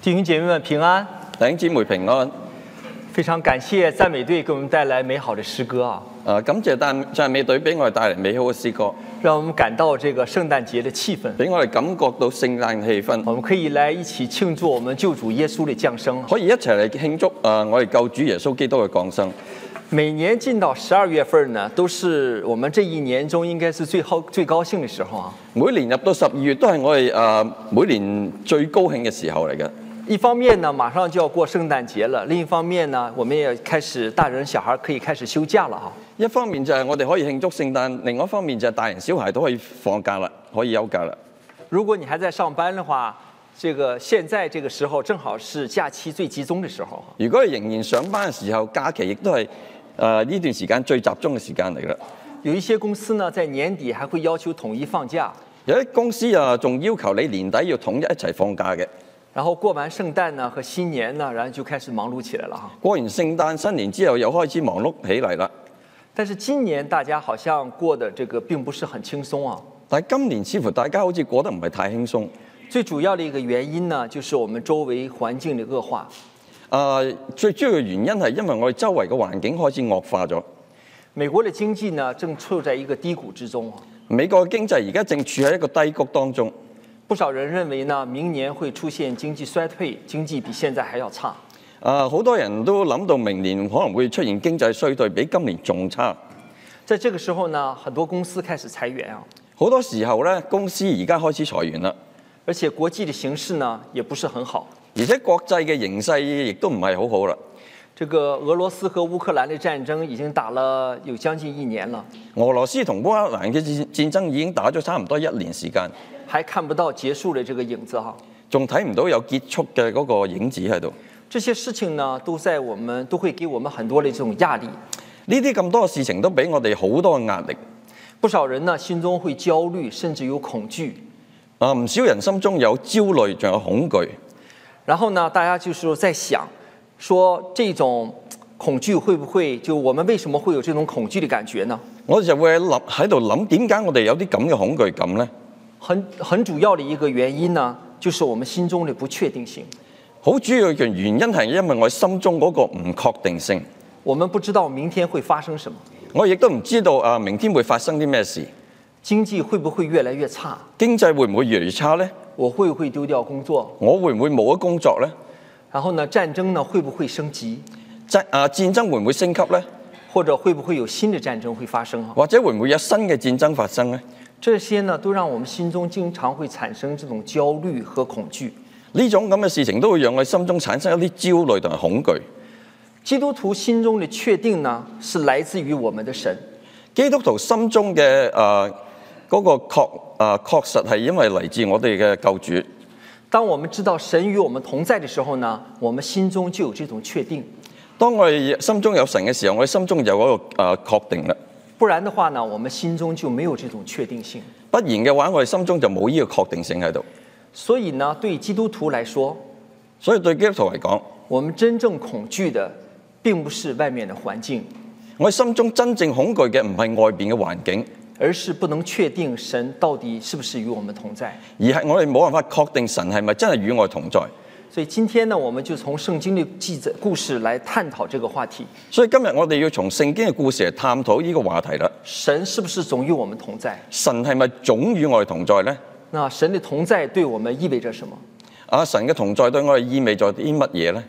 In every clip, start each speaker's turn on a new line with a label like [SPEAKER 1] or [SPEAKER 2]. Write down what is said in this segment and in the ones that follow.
[SPEAKER 1] 弟兄姐妹们平安！
[SPEAKER 2] 弟兄姊妹平安。
[SPEAKER 1] 非常感谢赞美队给我们带来美好的诗歌啊，
[SPEAKER 2] 啊，感謝讚讚美隊俾我哋帶嚟美好嘅詩歌，
[SPEAKER 1] 让我们感到这個聖誕節的氣氛。
[SPEAKER 2] 俾我哋感覺到聖誕嘅氣氛，
[SPEAKER 1] 我们可以来一起慶祝我們救主耶穌的降生。
[SPEAKER 2] 可以一齊嚟慶祝啊！我哋救主耶穌基督嘅降生。
[SPEAKER 1] 每年进到十二月份呢，都是我们这一年中应该是最好最高興的时候啊。
[SPEAKER 2] 每年入到十二月都係我哋啊每年最高興嘅時候嚟嘅。
[SPEAKER 1] 一方面呢，马上就要过聖誕節了；另一方面呢，我们也开始大人小孩可以开始休假了啊。
[SPEAKER 2] 一方面就係我哋可以慶祝聖誕，另外一方面就係大人小孩都可以放假啦，可以休假啦。
[SPEAKER 1] 如果你还在上班的话，这个现在这个时候正好是假期最集中的时候啊。
[SPEAKER 2] 如果你仍然上班嘅時候，假期亦都係誒呢段時間最集中嘅時間嚟啦。
[SPEAKER 1] 有一些公司呢，在年底还会要求统一放假，
[SPEAKER 2] 有啲公司啊，仲要求你年底要統一一齊放假嘅。
[SPEAKER 1] 然后过完圣诞呢和新年呢，然后就开始忙碌起来了哈。
[SPEAKER 2] 過完聖誕新年之後，又開始忙碌起嚟啦。
[SPEAKER 1] 但是今年大家好像过得这个并不是很轻松啊。
[SPEAKER 2] 但係今年似乎大家好似過得唔係太輕鬆。
[SPEAKER 1] 最主要的一个原因呢，就是我们周圍环境的恶化。
[SPEAKER 2] 啊、最主要嘅原因係因為我哋周圍嘅環境開始惡化咗。
[SPEAKER 1] 美国的经济呢，正处在一个低谷之中啊。
[SPEAKER 2] 美國嘅經濟而家正處喺一個低谷當中。
[SPEAKER 1] 不少人认为呢，明年会出现经济衰退，经济比现在还要差。
[SPEAKER 2] 啊、好多人都諗到明年可能會出現經濟衰退，比今年仲差。
[SPEAKER 1] 在这个时候呢，很多公司开始裁员啊，
[SPEAKER 2] 好多時候咧，公司而家開始裁員啦，
[SPEAKER 1] 而且国际的形势呢，也不是很好。
[SPEAKER 2] 而且國際嘅形勢亦都唔係好好啦。
[SPEAKER 1] 这个俄罗斯和乌克兰的战争已经打了有将近一年了，
[SPEAKER 2] 俄羅斯同烏克蘭嘅戰戰爭已經打咗差唔多一年時間，
[SPEAKER 1] 还看不到结束的这个影子哈。
[SPEAKER 2] 仲睇唔到有結束嘅嗰個影子喺度。
[SPEAKER 1] 这些事情呢，都在我们都会给我们很多的这种压力。
[SPEAKER 2] 呢啲咁多事情都俾我哋好多嘅壓力。
[SPEAKER 1] 不少人呢，心中会焦虑，甚至有恐惧。
[SPEAKER 2] 啊，唔少人心中有焦慮，仲有恐懼。
[SPEAKER 1] 然后呢，大家就是在想，说这种恐惧会不会就我们为什么会有这种恐惧的感觉呢？
[SPEAKER 2] 我哋就會喺諗喺度諗點解我哋有啲咁嘅恐懼感呢？
[SPEAKER 1] 很很主要的一个原因呢，就是我们心中的不确定性。
[SPEAKER 2] 好主要嘅原因係因為我心中嗰個唔確定性，
[SPEAKER 1] 我们不知道明天会发生什么，
[SPEAKER 2] 我亦都唔知道啊明天會發生啲咩事，
[SPEAKER 1] 经济会不会越来越差，
[SPEAKER 2] 經濟會唔會越嚟越差呢？
[SPEAKER 1] 我会不会丢掉工作？
[SPEAKER 2] 我會唔會冇咗工作呢？
[SPEAKER 1] 然后呢，战争呢会不会升级，
[SPEAKER 2] 戰啊戰爭會唔會升級呢？
[SPEAKER 1] 或者会不会有新的战争会发生啊？
[SPEAKER 2] 或者會唔會有新嘅戰爭發生呢？
[SPEAKER 1] 这些呢，都让我们心中经常会产生这种焦虑和恐惧。
[SPEAKER 2] 呢種咁嘅事情都會讓我心中產生一啲焦慮同埋恐懼。
[SPEAKER 1] 基督徒心中的确定呢，是来自于我们的神。
[SPEAKER 2] 基督徒心中嘅誒嗰個確誒確實係因為嚟自我哋嘅救主。
[SPEAKER 1] 当我们知道神与我们同在的时候呢，我们心中就有这种确定。
[SPEAKER 2] 當我哋心中有神嘅時候，我哋心中有嗰個誒確定啦。
[SPEAKER 1] 不然的话呢，我们心中就没有这种确定性。
[SPEAKER 2] 不然嘅話，我哋心中就冇呢個確定性喺度。
[SPEAKER 1] 所以呢，对基督徒来说，
[SPEAKER 2] 所以對基督徒嚟講，
[SPEAKER 1] 我们真正恐惧的，并不是外面的环境，
[SPEAKER 2] 我哋心中真正恐懼嘅唔係外邊嘅環境，
[SPEAKER 1] 而是不能确定神到底是不是與我们同在。
[SPEAKER 2] 而係我哋冇辦法確定神係咪真係與我同在。
[SPEAKER 1] 所以今天呢，我们就从聖經的记载故事来探讨这个话题：
[SPEAKER 2] 所以今日我哋要從聖經嘅故事嚟探討呢個話題啦。
[SPEAKER 1] 神是不是总与我们同在？
[SPEAKER 2] 神係咪總與我哋同在呢？
[SPEAKER 1] 那神的同在对我们意味着什么？
[SPEAKER 2] 啊，神嘅同在對我哋意味咗啲乜嘢呢？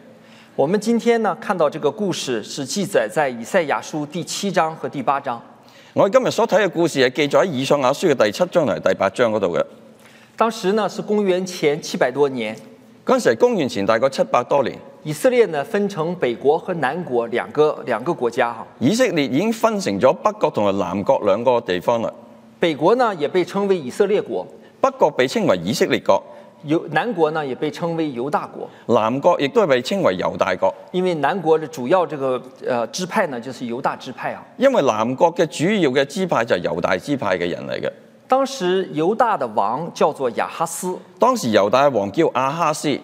[SPEAKER 1] 我们今天呢，看到这个故事是记载在以赛亚书第七章和第八章。
[SPEAKER 2] 我哋今日所睇嘅故事係記載喺以賽亞書嘅第七章同埋第八章嗰度嘅。
[SPEAKER 1] 当时呢是公元前七百多年，
[SPEAKER 2] 嗰陣時係公元前大概七百多年，
[SPEAKER 1] 以色列呢分成北国和南国两个两个国家哈。
[SPEAKER 2] 以色列已經分成咗北國同埋南國兩個地方啦。
[SPEAKER 1] 北国呢也被称为以色列国，
[SPEAKER 2] 北國被稱為以色列國，
[SPEAKER 1] 犹南国呢也被称为犹大国，
[SPEAKER 2] 南國亦都係被稱為猶大國，
[SPEAKER 1] 因为南国的主要这个呃支派呢就是犹大支派啊。
[SPEAKER 2] 因為南國嘅主要嘅支派就係猶大支派嘅人嚟嘅。
[SPEAKER 1] 当时犹大的王叫做亚哈斯，
[SPEAKER 2] 當時猶大王叫亞哈斯，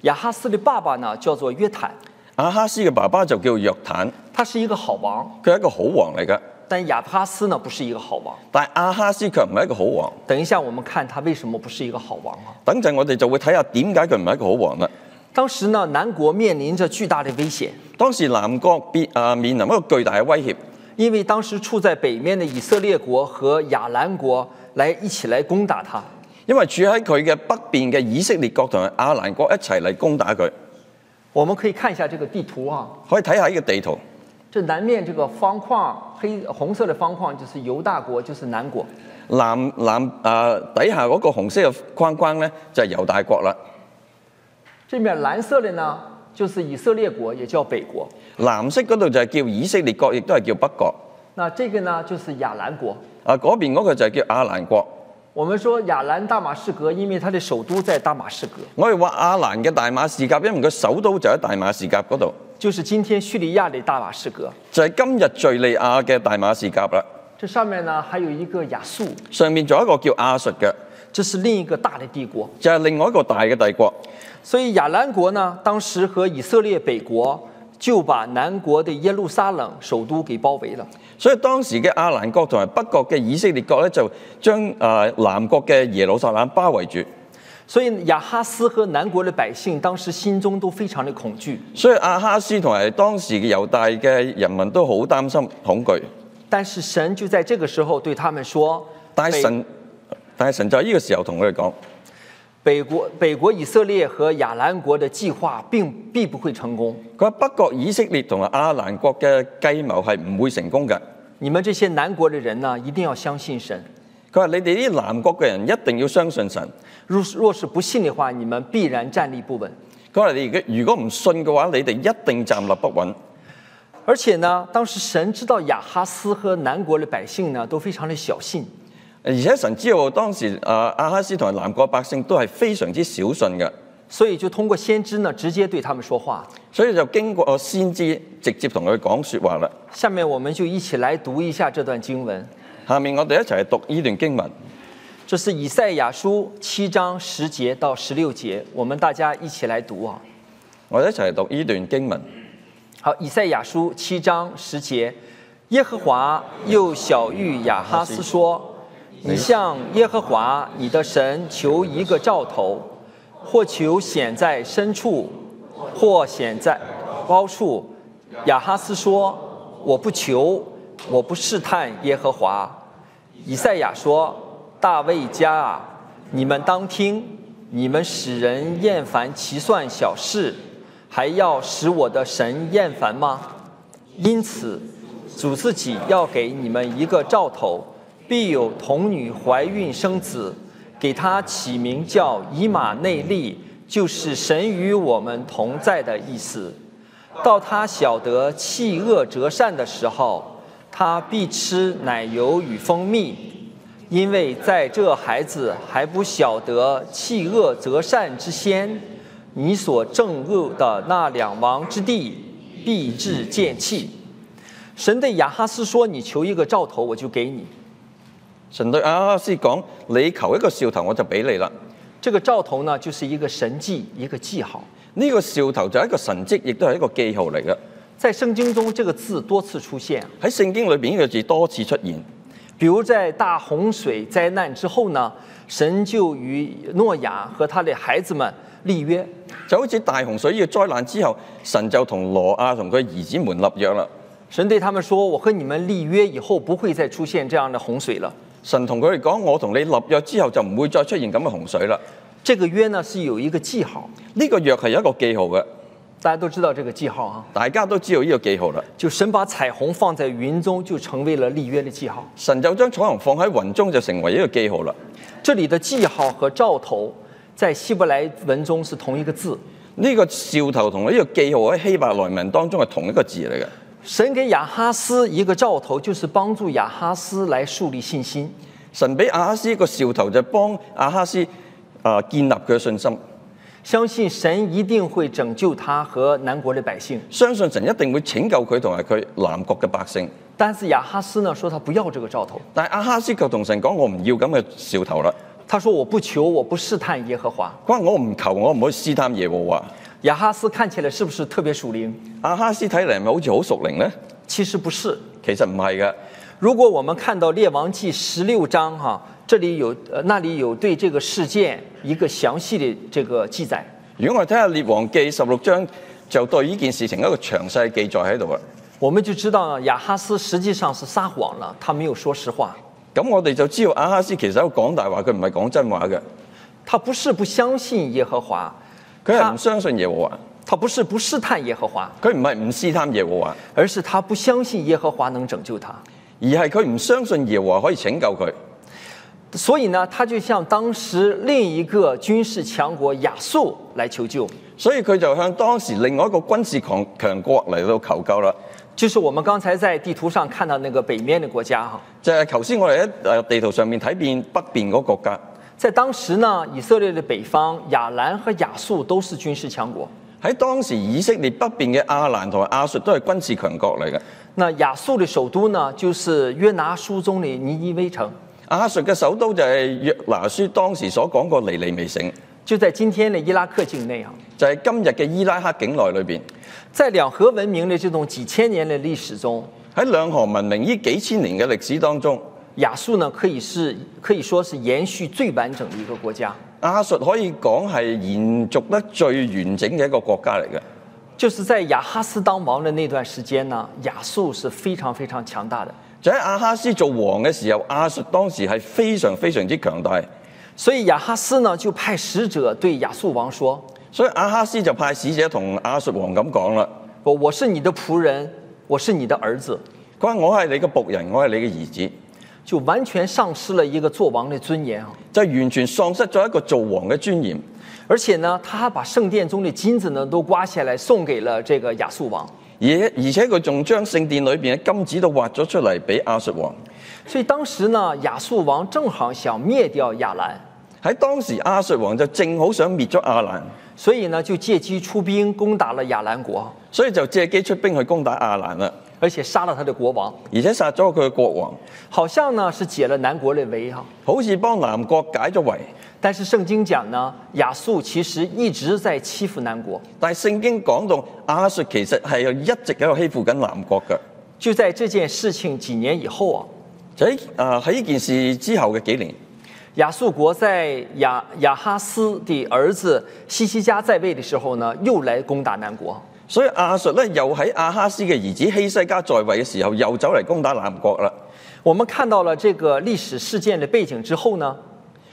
[SPEAKER 1] 亚哈斯的爸爸呢叫做约坦，
[SPEAKER 2] 亞哈斯嘅爸爸就叫約坦，
[SPEAKER 1] 他是一个好王，
[SPEAKER 2] 佢係一個好王嚟嘅。
[SPEAKER 1] 但亚哈斯呢不是一个好王。
[SPEAKER 2] 但係亞哈斯卻唔係一個好王。
[SPEAKER 1] 等一下，我们看他为什么不是一个好王啊？
[SPEAKER 2] 等陣我哋就會睇下點解佢唔係一個好王啦。
[SPEAKER 1] 当时呢，南国面临着巨大的威胁，
[SPEAKER 2] 當時南國面啊面臨一個巨大嘅威脅，
[SPEAKER 1] 因为当时处在北面的以色列国和亚兰国来一起来攻打他。
[SPEAKER 2] 因為處喺佢嘅北邊嘅以色列國同埋亞蘭國一齊嚟攻打佢。
[SPEAKER 1] 我们可以看一下这个地图啊，
[SPEAKER 2] 可以睇下呢個地圖，
[SPEAKER 1] 这南面这个方框黑红色的方框就是犹大国，就是南国。
[SPEAKER 2] 南南啊、底下嗰個紅色嘅框框咧就係、猶大國啦，
[SPEAKER 1] 这面蓝色的呢，就是以色列国，也叫北国。
[SPEAKER 2] 藍色嗰度就係叫以色列國，亦都係叫北國。
[SPEAKER 1] 那这个呢，就是亚兰国。
[SPEAKER 2] 啊，嗰邊嗰個就係叫亞蘭國。
[SPEAKER 1] 我们说亚兰大马士革，因为它的首都在大马士革，
[SPEAKER 2] 我哋話亞蘭嘅大馬士革，因為佢首都就喺大馬士革嗰度，
[SPEAKER 1] 就是今天叙利亚的大马士革。
[SPEAKER 2] 就係、今日敍利亞嘅大馬士革啦。
[SPEAKER 1] 这上面呢还有一个亚述，
[SPEAKER 2] 上面仲有一個叫亞述嘅，
[SPEAKER 1] 这是另一个大的帝国。
[SPEAKER 2] 就係、另外一個大嘅帝國。
[SPEAKER 1] 所以亚兰国呢，当时和以色列北国就把南国的耶路撒冷首都给包围了。
[SPEAKER 2] 所以當時嘅亞蘭國同埋北國嘅以色列國咧，就將誒、呃南國嘅耶路撒冷包圍住。
[SPEAKER 1] 所以亚哈斯和南国的百姓当時心中都非常的恐惧，
[SPEAKER 2] 所以亞哈斯同埋當時嘅猶大嘅人民都好擔心恐懼。
[SPEAKER 1] 但是神就在这个时候对他们说：“
[SPEAKER 2] 但係
[SPEAKER 1] 北
[SPEAKER 2] 神，但係神就喺呢個時候同佢哋講：
[SPEAKER 1] 北国、北国以色列和亚兰国的计划并必不会成功。
[SPEAKER 2] 佢話北國以色列同埋亞蘭國嘅計謀係唔會成功嘅。
[SPEAKER 1] 你们这些南国的人呢，一定要相信神。
[SPEAKER 2] 佢話：你哋啲南國嘅人一定要相信神。
[SPEAKER 1] 若是若是不信的話，你們必然站立不穩。
[SPEAKER 2] 佢話：你如果如果唔信嘅話，你哋一定站立不穩。
[SPEAKER 1] 而且呢，當時神知道亞哈斯和南國的百姓呢，都非常的小心，
[SPEAKER 2] 而且神知道當時啊亞哈斯同埋南國百姓都係非常之小信嘅，
[SPEAKER 1] 所以就通過先知呢，直接對他們說話。
[SPEAKER 2] 所以就經過先知直接同佢講説話啦。
[SPEAKER 1] 下面我们就一起來讀一下這段經文，
[SPEAKER 2] 下面我哋一齊讀呢段經文，
[SPEAKER 1] 这是以赛亞書七章十節到十六節，我們大家一起來讀啊。
[SPEAKER 2] 我哋一齊讀呢段經文。
[SPEAKER 1] 好，以赛亚书七章十节，耶和华又小谕亚哈斯说：“你向耶和华你的神求一个兆头，或求显在深处，或显在高处。”亚哈斯说：“我不求，我不试探耶和华。”以赛亚说：“大卫家啊，你们当听，你们使人厌烦其算小事，还要使我的神厌烦吗？因此，主自己要给你们一个兆头，必有童女怀孕生子，给她起名叫以马内利，就是神与我们同在的意思。到他晓得弃恶折善的时候，他必吃奶油与蜂蜜，因为在这孩子还不晓得弃恶择善之先，你所正恶的那两王之地必至见弃。神对亚哈斯说：“你求一个兆头，我就给你。
[SPEAKER 2] 神對亞哈斯講：你求一個兆頭，我就俾你啦。
[SPEAKER 1] 这个兆头呢，就是一个神迹，一个记号。
[SPEAKER 2] 呢、個兆頭就係一個神蹟，亦都係一個記號嚟嘅。
[SPEAKER 1] 在圣經中，這個字多次出現，
[SPEAKER 2] 喺聖經裏邊呢個字多次出現。
[SPEAKER 1] 比如在大洪水灾难之後呢，神就与诺亚和他的孩子们立约，
[SPEAKER 2] 就好似大洪水呢個災難之後，神就同羅亞同佢兒子們立約啦。
[SPEAKER 1] 神對他們說：“我和你們立約以後，不會再出現這樣的洪水了。
[SPEAKER 2] 神同佢哋講：我同你立約之後，就唔會再出現咁嘅洪水啦。
[SPEAKER 1] 這個約呢是有一個記號，
[SPEAKER 2] 呢、個約係有一個記號嘅，
[SPEAKER 1] 大家都知道這個記號啊。
[SPEAKER 2] 大家都知道呢個記號啦。
[SPEAKER 1] 就神把彩虹放在雲中，就成為了立約的記號。
[SPEAKER 2] 神就將彩虹放喺雲中，就成為一個記號啦。
[SPEAKER 1] 這裡的記號和兆頭在希伯來文中是同一個字。
[SPEAKER 2] 呢、個兆頭同呢個記號喺希伯來文當中係同一個字嚟嘅。
[SPEAKER 1] 神給亞哈斯一個兆頭，就是幫助亞哈斯來樹立信心。
[SPEAKER 2] 神俾亞哈斯一個兆頭，就幫亞哈斯啊、建立佢嘅信心，
[SPEAKER 1] 相信神一定會拯救他和南國的百姓。
[SPEAKER 2] 相信神一定會拯救佢同埋佢南國嘅百姓。
[SPEAKER 1] 但是亞哈斯呢說他不要這個兆頭，
[SPEAKER 2] 但係亞哈斯卻同神講：我唔要咁嘅兆頭啦。
[SPEAKER 1] 他說我不求，我不試探耶和華。
[SPEAKER 2] 佢話：我唔求，我唔可以試探耶和華。
[SPEAKER 1] 亞哈斯看起來是不是特別屬靈？
[SPEAKER 2] 亞哈斯睇嚟係咪好似好熟靈呢？
[SPEAKER 1] 其實不是。
[SPEAKER 2] 其實唔係嘅。
[SPEAKER 1] 如果我們看到《列王記》十六章哈、这里有呃那里有對這個事件一個詳細的這個記載。
[SPEAKER 2] 如果我哋睇下《列王記》十六章，就對呢件事情有一個詳細記載喺度啦。啊
[SPEAKER 1] 我们就知道呢，亚哈斯实际上是撒谎了，他没有说实话，
[SPEAKER 2] 咁我哋就知道阿哈斯其實喺度講大話，佢唔係講真話嘅。
[SPEAKER 1] 他不是不相信耶和華，
[SPEAKER 2] 佢係
[SPEAKER 1] 他
[SPEAKER 2] 唔相信耶和華，
[SPEAKER 1] 他不是不试探耶和華，
[SPEAKER 2] 佢唔係唔試探耶和華，
[SPEAKER 1] 而是他不相信耶和華能拯救他。
[SPEAKER 2] 而係佢唔相信耶和華可以拯救佢。
[SPEAKER 1] 所以呢，他就向当时另一个军事强国亚述来求救，
[SPEAKER 2] 所以佢就向當時另外一個軍事強強國嚟到求救啦。
[SPEAKER 1] 就是我们刚才在地图上看到那个北面的國家哈。
[SPEAKER 2] 就係頭先我哋喺呃地圖上面睇遍北邊嗰個國家，
[SPEAKER 1] 在当时呢，以色列的北方亚兰和亚述都是军事强国。
[SPEAKER 2] 喺當時以色列北邊嘅亞蘭同埋亞述都係軍事強國嚟嘅。
[SPEAKER 1] 那亚述的首都呢，就是约拿书中的尼尼微城，
[SPEAKER 2] 亞述嘅首都就係約拿書當時所講過尼尼微城，
[SPEAKER 1] 就在今天的伊拉克境内啊。
[SPEAKER 2] 就係、今日嘅伊拉克境內裏邊。
[SPEAKER 1] 在两河文明的这种几千年的历史中，
[SPEAKER 2] 喺兩河文明呢幾千年嘅歷史當中，
[SPEAKER 1] 亚述呢可以是可以说是延续最完整的一个国家。
[SPEAKER 2] 亞述可以講係延續得最完整嘅一個國家嚟嘅。
[SPEAKER 1] 就是在亚哈斯当王的那段时间呢，亚述是非常非常强大的。
[SPEAKER 2] 就喺亞哈斯做王嘅時候，亞述當時係非常非常之強大，
[SPEAKER 1] 所以亚哈斯呢就派使者对亚述王说
[SPEAKER 2] 所以亞哈斯就派使者同亞述王咁講啦：：“
[SPEAKER 1] 我我是你的仆人，我是你的儿子。
[SPEAKER 2] 佢話我係你嘅仆人，我係你嘅兒子，”
[SPEAKER 1] 就完全丧失了一个做王的尊严啊！
[SPEAKER 2] 就完全喪失咗一個做王嘅尊嚴。
[SPEAKER 1] 而且呢，他还把圣殿中的金子呢都刮下来送给了这个亚述王。
[SPEAKER 2] 而而且佢仲將聖殿裏邊嘅金子都挖咗出嚟俾亞述王。
[SPEAKER 1] 所以当时呢，亚述王正好想灭掉亚兰，
[SPEAKER 2] 喺當時亞述王就正好想滅咗亞蘭，
[SPEAKER 1] 所以呢就借机出兵攻打了亚兰国，
[SPEAKER 2] 所以就借機出兵去攻打亞蘭啦，
[SPEAKER 1] 而且杀了他的国王，
[SPEAKER 2] 而且殺咗佢嘅國王，
[SPEAKER 1] 好像呢是解了南国的围哈。
[SPEAKER 2] 好似幫南國解咗圍。
[SPEAKER 1] 但是圣经讲呢，亚述其实一直在欺负南国。
[SPEAKER 2] 但係聖經講到亞述其實係一直喺度欺負緊南國嘅。
[SPEAKER 1] 就在这件事情几年以后啊，
[SPEAKER 2] 就喺啊喺呢件事之後嘅幾年，
[SPEAKER 1] 亚述国在亚亚哈斯的儿子西西家在位的时候呢，又来攻打南国。
[SPEAKER 2] 所以亞述咧又喺亞哈斯嘅兒子希西家在位嘅時候，又走嚟攻打南國啦。
[SPEAKER 1] 我们看到了这个历史事件的背景之后呢，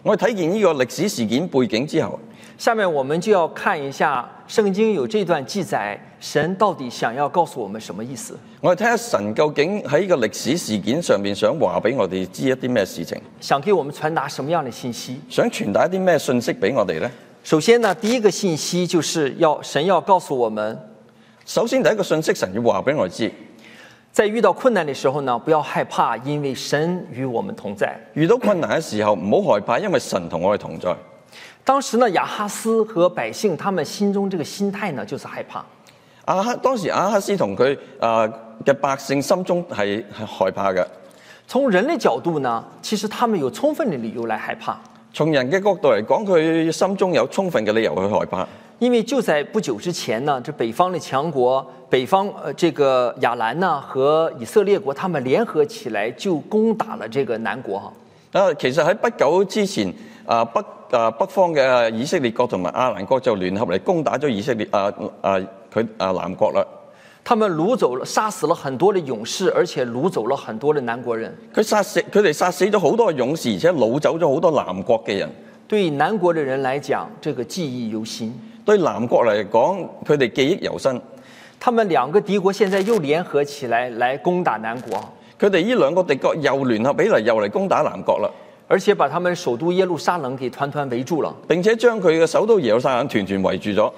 [SPEAKER 2] 我哋睇見呢個歷史事件背景之後，
[SPEAKER 1] 下面我们就要看一下圣经有这段记载，神到底想要告诉我们什么意思？
[SPEAKER 2] 我哋睇下神究竟喺呢個歷史事件上面想話俾我哋知一啲咩事情，
[SPEAKER 1] 想给我们传达什么样的信息？
[SPEAKER 2] 想傳達一啲咩信息俾我哋呢？
[SPEAKER 1] 首先呢，第一个信息就是要神要告诉我们，
[SPEAKER 2] 首先第一個信息，神要話俾我哋知，
[SPEAKER 1] 在遇到困难的时候呢，不要害怕，因为神与我们同在。
[SPEAKER 2] 遇到困難嘅時候唔好害怕，因為神同我哋同在。
[SPEAKER 1] 当时呢，亚哈斯和百姓他们心中这个心态呢，就是害怕。
[SPEAKER 2] 亞哈當時亞哈斯同佢啊嘅百姓心中係係害怕嘅。
[SPEAKER 1] 从人类角度呢，其实他们有充分的理由来害怕，
[SPEAKER 2] 從人嘅角度嚟講，佢心中有充分嘅理由去害怕，
[SPEAKER 1] 因为就在不久之前呢，这北方的强国，北方呃这个亚兰呢和以色列国，他们联合起来就攻打了这个南国哈。
[SPEAKER 2] 啊，其實喺不久之前，啊北啊北方嘅以色列國同埋亞蘭國就聯合嚟攻打咗以色列啊啊佢啊南國啦。
[SPEAKER 1] 他们掳走了、杀死了很多的勇士，而且掳走了很多的南国人，
[SPEAKER 2] 佢殺死佢哋殺死咗好多勇士，而且擄走咗好多南國嘅人。
[SPEAKER 1] 对南国的人来讲，这个记忆犹新。
[SPEAKER 2] 對南國嚟講，佢哋記憶猶新。
[SPEAKER 1] 他们两个敌国现在又联合起来來攻打南国哈。
[SPEAKER 2] 佢哋呢兩個敵國又聯合起嚟，又嚟攻打南國啦。
[SPEAKER 1] 而且把他们首都耶路撒冷给团团围住了。
[SPEAKER 2] 並且將佢嘅首都耶路撒冷團團圍住咗。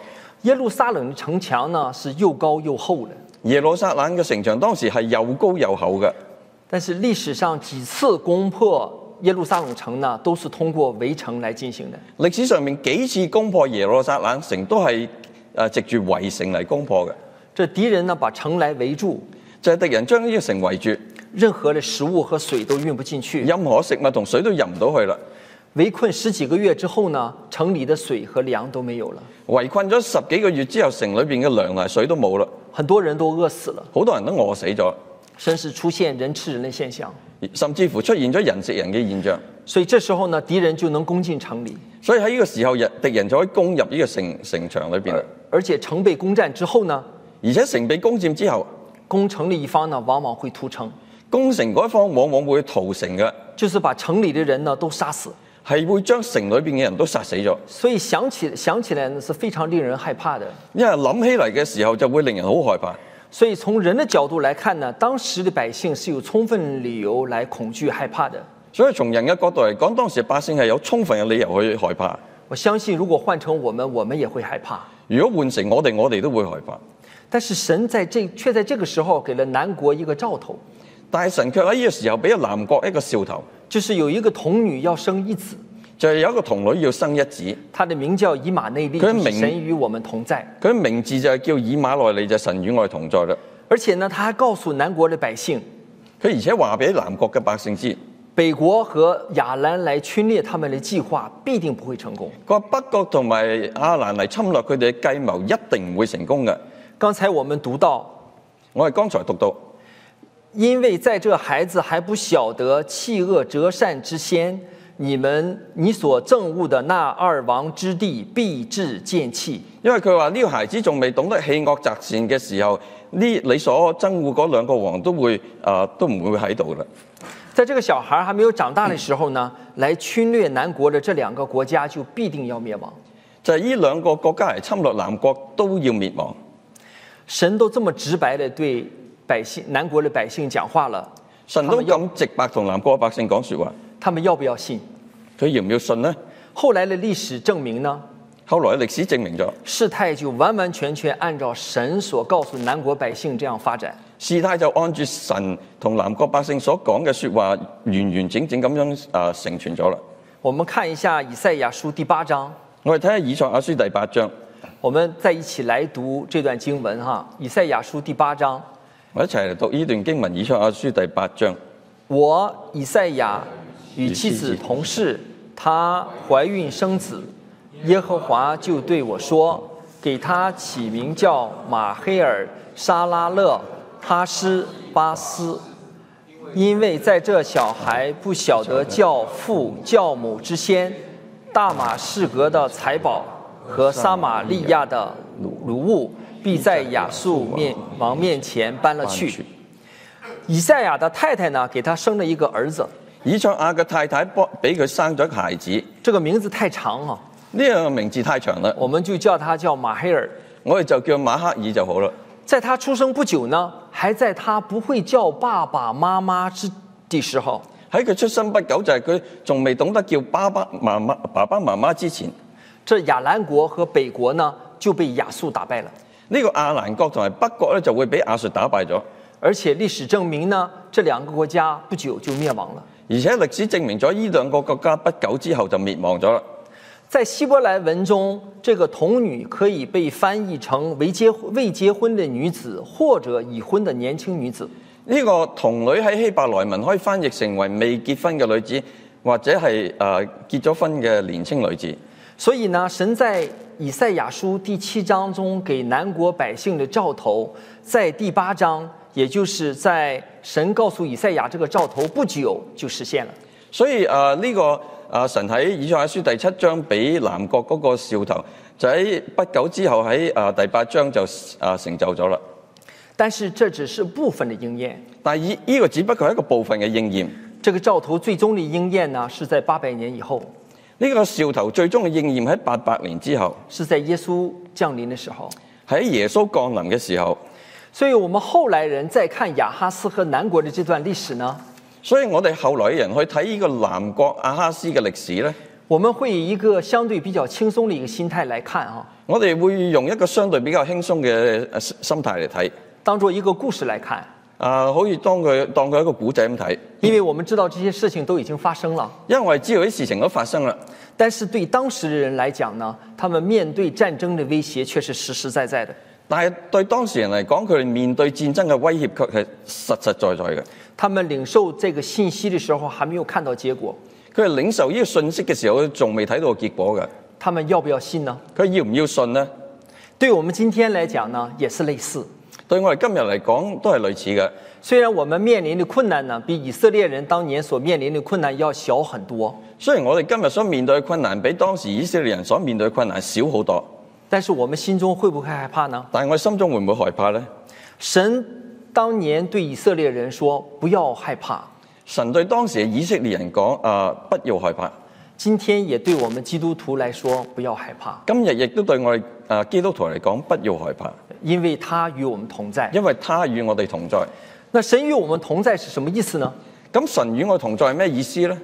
[SPEAKER 1] 耶路撒冷的城墙呢是又高又厚的，
[SPEAKER 2] 耶路撒冷嘅城牆當時係又高又厚嘅。
[SPEAKER 1] 但是历史上几次攻破耶路撒冷城呢，都是通过围城来进行的。
[SPEAKER 2] 歷史上面幾次攻破耶路撒冷城都係誒藉住圍城嚟攻破嘅，
[SPEAKER 1] 这敌人呢把城来围住，
[SPEAKER 2] 就係、敵人將呢個城圍住，
[SPEAKER 1] 任何的食物和水都运不进去，
[SPEAKER 2] 任何食物同水都入唔到去啦。
[SPEAKER 1] 围困十几个月之后呢，城里的水和粮都没有了，
[SPEAKER 2] 圍困咗十幾個月之後，城裏邊嘅糧同水都冇啦，
[SPEAKER 1] 很多人都饿死了。
[SPEAKER 2] 好多人都餓死咗。
[SPEAKER 1] 甚至出现人吃人的現象。
[SPEAKER 2] 甚至乎出現咗人食人嘅現象。
[SPEAKER 1] 所以这时候呢，敌人就能攻进城里，
[SPEAKER 2] 所以喺呢個時候，人敵人就可以攻入呢個城城牆裏邊啦。
[SPEAKER 1] 而且城被攻占之后呢，
[SPEAKER 2] 而且城被攻佔之後，
[SPEAKER 1] 攻城的一方呢，往往会屠城，
[SPEAKER 2] 攻城嗰一方往往會屠城嘅，
[SPEAKER 1] 就是把城里的人呢都杀死。
[SPEAKER 2] 係會將城裏邊嘅人都殺死咗。
[SPEAKER 1] 所以想起想起来呢是非常令人害怕的。
[SPEAKER 2] 因為諗起嚟嘅時候就會令人好害怕。
[SPEAKER 1] 所以从人的角度来看呢，当时的百姓是有充分理由来恐惧害怕的。
[SPEAKER 2] 所以從人嘅角度嚟講，當時百姓係有充分嘅理由去害怕。
[SPEAKER 1] 我相信，如果換成我们，我们也会害怕。
[SPEAKER 2] 如果換成我哋，我哋都會害怕。
[SPEAKER 1] 但是神在这却在这个时候给了南国一个兆头，
[SPEAKER 2] 但係神卻喺呢個時候俾咗南國一個兆頭，
[SPEAKER 1] 就是有一个童女要生一子，
[SPEAKER 2] 就係、有一個童女要生一子，
[SPEAKER 1] 她的名叫以马内利，
[SPEAKER 2] 跟
[SPEAKER 1] 就是
[SPEAKER 2] 明
[SPEAKER 1] 神与我们同在。
[SPEAKER 2] 佢名字就係叫以馬內利，就神與我同在啦。
[SPEAKER 1] 而且呢，他还告诉南国的百姓，
[SPEAKER 2] 佢而且話俾南國嘅百姓知，
[SPEAKER 1] 北国和亚兰来侵略他们的计划必定不会成功。
[SPEAKER 2] 佢話北國同埋亞蘭嚟侵略佢哋嘅計謀一定唔會成功嘅。
[SPEAKER 1] 刚才我们读到，
[SPEAKER 2] 我哋剛才讀到，
[SPEAKER 1] 因为在这孩子还不晓得弃恶折善之先，你们你所憎恶的那二王之地必至见弃。
[SPEAKER 2] 因為佢話呢個孩子仲未懂得棄惡擇善嘅時候，呢你所憎惡嗰兩個王都會啊、都唔會喺度啦。
[SPEAKER 1] 在这个小孩还没有长大的时候呢，来侵略南国的这两个国家就必定要灭亡。
[SPEAKER 2] 就係呢兩個國家嚟侵略南國都要滅亡。
[SPEAKER 1] 神都这么直白的对百姓南国的百姓讲话了，
[SPEAKER 2] 神都咁直白同南國百姓講説話，
[SPEAKER 1] 他们要不要信？
[SPEAKER 2] 佢要唔要信呢？
[SPEAKER 1] 后来的历史证明呢，
[SPEAKER 2] 後來歷史證明咗，
[SPEAKER 1] 事态就完完全全按照神所告诉南国百姓这样发展。
[SPEAKER 2] 事態就按住神同南國百姓所講嘅説話，完完整整咁樣啊成全咗啦。
[SPEAKER 1] 我们看一下以赛亚书第八章，
[SPEAKER 2] 我哋睇下以賽亞書第八章，
[SPEAKER 1] 我们再一起来读这段经文哈。以赛亚书第八章，
[SPEAKER 2] 我一齊嚟讀呢段經文。以賽亞書第八章，
[SPEAKER 1] 我以赛亚与妻子同室，她怀孕生子，耶和华就对我说：“给她起名叫马黑尔沙拉勒哈施巴斯，因为在这小孩不晓得教父教母之先，大马士革的财宝和撒玛利亚的掳物，必在亚述面王面前搬了去。”以赛亚的太太呢，给他生了一个儿子，
[SPEAKER 2] 以賽亞嘅太太幫俾佢生咗一個孩子，呢、
[SPEAKER 1] 这个名字太长啊，
[SPEAKER 2] 個名字太長啦，
[SPEAKER 1] 我们就叫他叫马黑尔。
[SPEAKER 2] 我哋就叫馬克爾就好啦。
[SPEAKER 1] 在他出生不久呢，还在他不会叫爸爸妈妈之的时候，
[SPEAKER 2] 喺佢出生不久，就係佢仲未懂得叫爸爸媽媽、爸爸媽媽之前，呢、
[SPEAKER 1] 这亚兰国和北国呢就被亚述打败了。
[SPEAKER 2] 個亞蘭國同埋北國咧就會俾亞述打敗咗，
[SPEAKER 1] 而且历史证明呢，这两个国家不久就灭亡了。
[SPEAKER 2] 而且歷史證明咗呢兩個國家不久之後就滅亡咗啦。
[SPEAKER 1] 在希伯来文中，这个童女可以被翻译成未结未结婚的女子，或者已婚的年轻女子。
[SPEAKER 2] 呢、個童女喺希伯來文可以翻譯成為未結婚嘅女子，或者係誒、呃、結咗婚嘅年青女子。
[SPEAKER 1] 所以呢，神在以赛亚书第七章中给南国百姓的兆头，在第八章，也就是在神告诉以赛亚这个兆头不久就实现了。
[SPEAKER 2] 所以誒呢、個呃神喺以賽亞書第七章俾南國嗰個兆頭，就喺不久之後喺誒、呃第八章就誒、呃成就咗啦。
[SPEAKER 1] 但是这只是部分的应验，
[SPEAKER 2] 但係呢呢個只不過係一個部分嘅應驗。
[SPEAKER 1] 这个兆头最终的应验呢，是在八百年以后，
[SPEAKER 2] 呢、個兆頭最終嘅應驗喺八百年之後，
[SPEAKER 1] 是在耶稣降临的时候。
[SPEAKER 2] 喺耶穌降臨嘅時候。
[SPEAKER 1] 所以我们后来人再看亚哈斯和南国的这段历史呢，
[SPEAKER 2] 所以我哋後來嘅人去睇呢個南國阿哈斯嘅歷史呢，
[SPEAKER 1] 我们会以一个相对比较轻松的一个心态来看啊，
[SPEAKER 2] 我哋會用一個相對比較輕鬆嘅呃心心態嚟睇。
[SPEAKER 1] 当做一个故事来看。
[SPEAKER 2] 啊，好似當佢當佢一個古仔咁睇，
[SPEAKER 1] 因为我们知道这些事情都已经发生了，
[SPEAKER 2] 因為我哋知道啲事情都發生啦。
[SPEAKER 1] 但是对当时的人来讲呢，他们面对战争的威胁却是实实在在的，
[SPEAKER 2] 但係對當事人嚟講，佢哋面對戰爭嘅威脅卻係實實在在嘅。
[SPEAKER 1] 他们领受这个信息的时候还没有看到结果，
[SPEAKER 2] 佢哋領受呢個信息嘅時候，佢仲未睇到結果嘅。
[SPEAKER 1] 他们要不要信呢？
[SPEAKER 2] 佢要唔要信呢？
[SPEAKER 1] 对我们今天来讲呢，也是类似。
[SPEAKER 2] 對我哋今日嚟講都係類似嘅。
[SPEAKER 1] 虽然我们面临的困难呢，比以色列人当年所面临的困难要小很多，
[SPEAKER 2] 雖然我哋今日所面對嘅困難比當時以色列人所面對嘅困難少好多，
[SPEAKER 1] 但是我们心中会不会害怕呢？
[SPEAKER 2] 但係我哋心中會唔會害怕呢？
[SPEAKER 1] 神当年对以色列人说：“不要害怕。
[SPEAKER 2] 神對當時嘅以色列人講：啊，不要害怕。”
[SPEAKER 1] 今天也对我们基督徒来说：“不要害怕，
[SPEAKER 2] 今日亦都對我哋啊基督徒嚟講，不要害怕，
[SPEAKER 1] 因为他与我们同在。
[SPEAKER 2] 因為他與我哋同在。”
[SPEAKER 1] 那神与我们同在是什么意思呢？
[SPEAKER 2] 咁神與我同在係咩意思呢？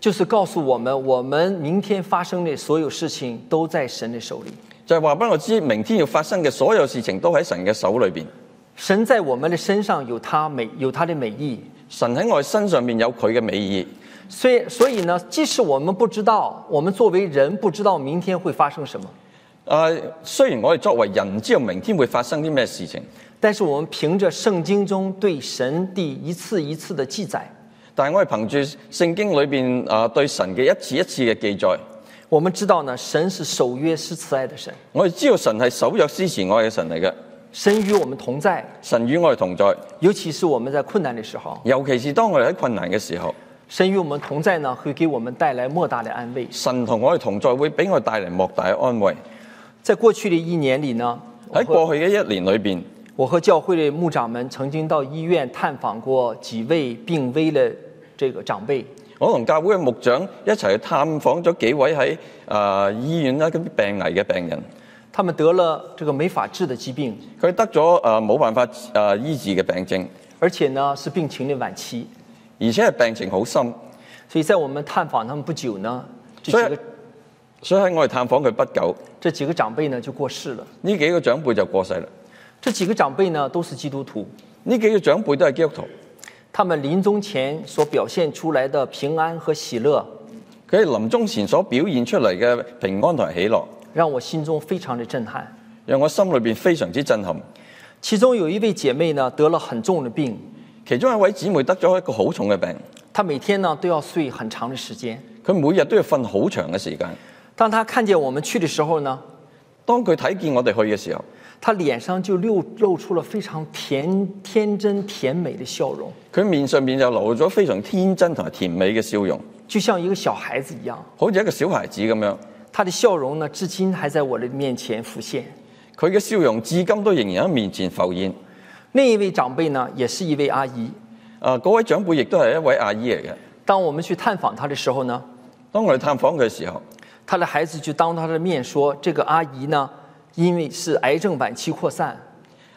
[SPEAKER 1] 就是告诉我们，我们明天发生的所有事情都在神的手里。
[SPEAKER 2] 就係話俾我知，明天要發生嘅所有事情都喺神嘅手裏邊。
[SPEAKER 1] 神在我们的身上有他美，有他的美意。
[SPEAKER 2] 神喺我哋身上面有佢嘅美意。
[SPEAKER 1] 所以，所以呢，即使我们不知道，我们作为人不知道明天会发生什么，
[SPEAKER 2] 啊、雖然我哋作為人唔知道明天會發生啲咩事情，
[SPEAKER 1] 但是我们凭着圣经中对神的一次一次的记载，
[SPEAKER 2] 但係我哋憑住聖經裏邊啊對神嘅一次一次嘅記載，
[SPEAKER 1] 我们知道呢，神是守约施慈爱的神，
[SPEAKER 2] 我哋知道神係守約施慈愛嘅神嚟嘅，
[SPEAKER 1] 神与我们同在，
[SPEAKER 2] 神與我哋同在，
[SPEAKER 1] 尤其是我们在困难的时候，
[SPEAKER 2] 尤其是當我哋喺困難嘅時候，
[SPEAKER 1] 神与我们同在呢，会给我们带来莫大的安慰。
[SPEAKER 2] 神同我哋同在會俾我哋帶嚟莫大嘅安慰。
[SPEAKER 1] 在过去的一年里呢，我
[SPEAKER 2] 喺
[SPEAKER 1] 和
[SPEAKER 2] 過去嘅一年裏邊，
[SPEAKER 1] 我和教会的牧长们曾经到医院探访过几位病危的这个长辈，
[SPEAKER 2] 我同教會嘅牧長一齊去探訪咗幾位喺啊、醫院啦啲病危嘅病人，
[SPEAKER 1] 他们得了这个没法治的疾病，
[SPEAKER 2] 佢得咗啊冇辦法啊、醫治嘅病症，
[SPEAKER 1] 而且呢是病情的晚期，
[SPEAKER 2] 而且係病情好深，
[SPEAKER 1] 所以在我们探访他们不久呢，这
[SPEAKER 2] 所以
[SPEAKER 1] 几个
[SPEAKER 2] 所以喺我哋探訪佢不久，
[SPEAKER 1] 这几个长辈呢就过世了。
[SPEAKER 2] 呢幾個長輩就過世啦。
[SPEAKER 1] 这几个長輩呢都是基督徒，
[SPEAKER 2] 呢幾個長輩都係基督徒，
[SPEAKER 1] 他們臨終前所表現出來的平安和喜樂，
[SPEAKER 2] 佢哋臨終前所表現出嚟嘅平安同埋喜樂，
[SPEAKER 1] 讓我心中非常的震撼。
[SPEAKER 2] 讓我心裏邊非常之震撼。
[SPEAKER 1] 其中有一位姐妹呢得了很重的病，
[SPEAKER 2] 其中一位姊妹得咗一個好重嘅病，
[SPEAKER 1] 她每天呢都要睡很長的時間。
[SPEAKER 2] 佢每日都要瞓好長嘅時間。
[SPEAKER 1] 當她看見我們去的時候呢，
[SPEAKER 2] 當佢睇見我哋去嘅時候，
[SPEAKER 1] 她臉上就露露出了非常甜天真甜美的笑容，
[SPEAKER 2] 佢面上面就流咗非常天真同埋甜美嘅笑容，
[SPEAKER 1] 就像一個小孩子一樣。
[SPEAKER 2] 好似一個小孩子咁樣。
[SPEAKER 1] 她的笑容呢，至今還在我的面前浮現。
[SPEAKER 2] 佢嘅笑容至今都仍然喺面前浮現。
[SPEAKER 1] 另一位長輩呢，也是一位阿姨。
[SPEAKER 2] 啊，嗰位長輩亦都係一位阿姨嚟嘅。
[SPEAKER 1] 當我們去探訪她的時候呢，
[SPEAKER 2] 當我哋探訪佢嘅時候，
[SPEAKER 1] 他的孩子就当他的面说：“这个阿姨呢，因为是癌症晚期扩散，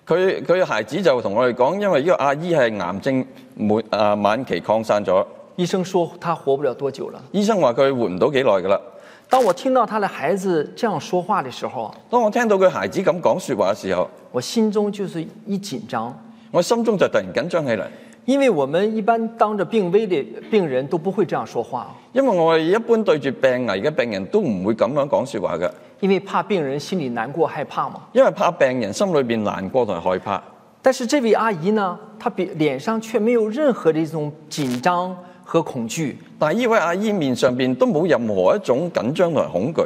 [SPEAKER 2] 佢佢嘅孩子就同我哋講，因為呢個阿姨係癌症晚啊晚期擴散咗，
[SPEAKER 1] 医生说她活不了多久了。
[SPEAKER 2] 醫生話佢活唔到幾耐㗎啦。”
[SPEAKER 1] 当我听到他的孩子这样说話的时候，
[SPEAKER 2] 當我聽到佢孩子咁講説話嘅時候，
[SPEAKER 1] 我心中就是一緊張，
[SPEAKER 2] 我心中就突然緊張起嚟，
[SPEAKER 1] 因為我們一般當着病危的病人都不會這樣說話，
[SPEAKER 2] 因為我哋一般對住病危嘅病人都唔會咁樣講説話嘅，
[SPEAKER 1] 因為怕病人心里難過害怕嘛。
[SPEAKER 2] 因為怕病人心裏邊難過同埋害怕。
[SPEAKER 1] 但是这位阿姨呢，她比脸上却沒有任何的一種緊張和恐懼，
[SPEAKER 2] 但係呢位阿姨面上邊都冇任何一種緊張同埋恐懼，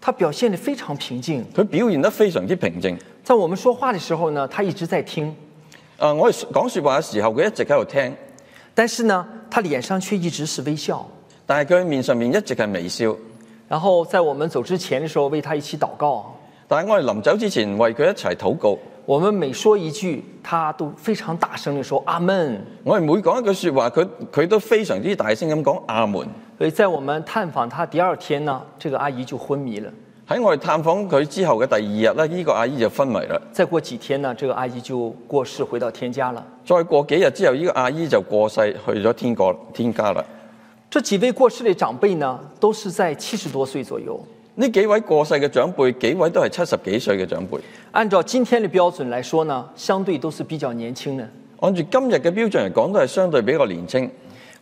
[SPEAKER 1] 她表現得非常平靜。
[SPEAKER 2] 佢表現得非常之平靜。
[SPEAKER 1] 在我們說話的時候呢，她一直在聽。
[SPEAKER 2] 啊！我哋講説話嘅時候，佢一直喺度聽，
[SPEAKER 1] 但是呢，他脸上却一直是微笑。
[SPEAKER 2] 但係佢面上面一直係微笑。
[SPEAKER 1] 然后在我们走之前的时候，为他一起禱告。
[SPEAKER 2] 但係我哋臨走之前為佢一齊禱告，
[SPEAKER 1] 我们每说一句，他都非常大声的说“阿门
[SPEAKER 2] 我哋每講一句説話，佢佢都非常之大聲咁講阿門。”。
[SPEAKER 1] 所以在我们探访他第二天呢，这个阿姨就昏迷了。
[SPEAKER 2] 喺我哋探訪佢之後嘅第二日咧，呢、個阿姨就昏迷啦。
[SPEAKER 1] 再过几天呢，这个阿姨就過世，回到天家了。
[SPEAKER 2] 再過幾日之後，呢、個阿姨就過世去咗天國天家啦。
[SPEAKER 1] 这几位过世的长辈呢，都是在七十多歲左右。
[SPEAKER 2] 呢幾位過世嘅長輩，幾位都係七十幾歲嘅長輩。
[SPEAKER 1] 按照今天的標準來說呢，相對都是比較年輕的。
[SPEAKER 2] 按住今日嘅標準嚟講，都係相對比較年青。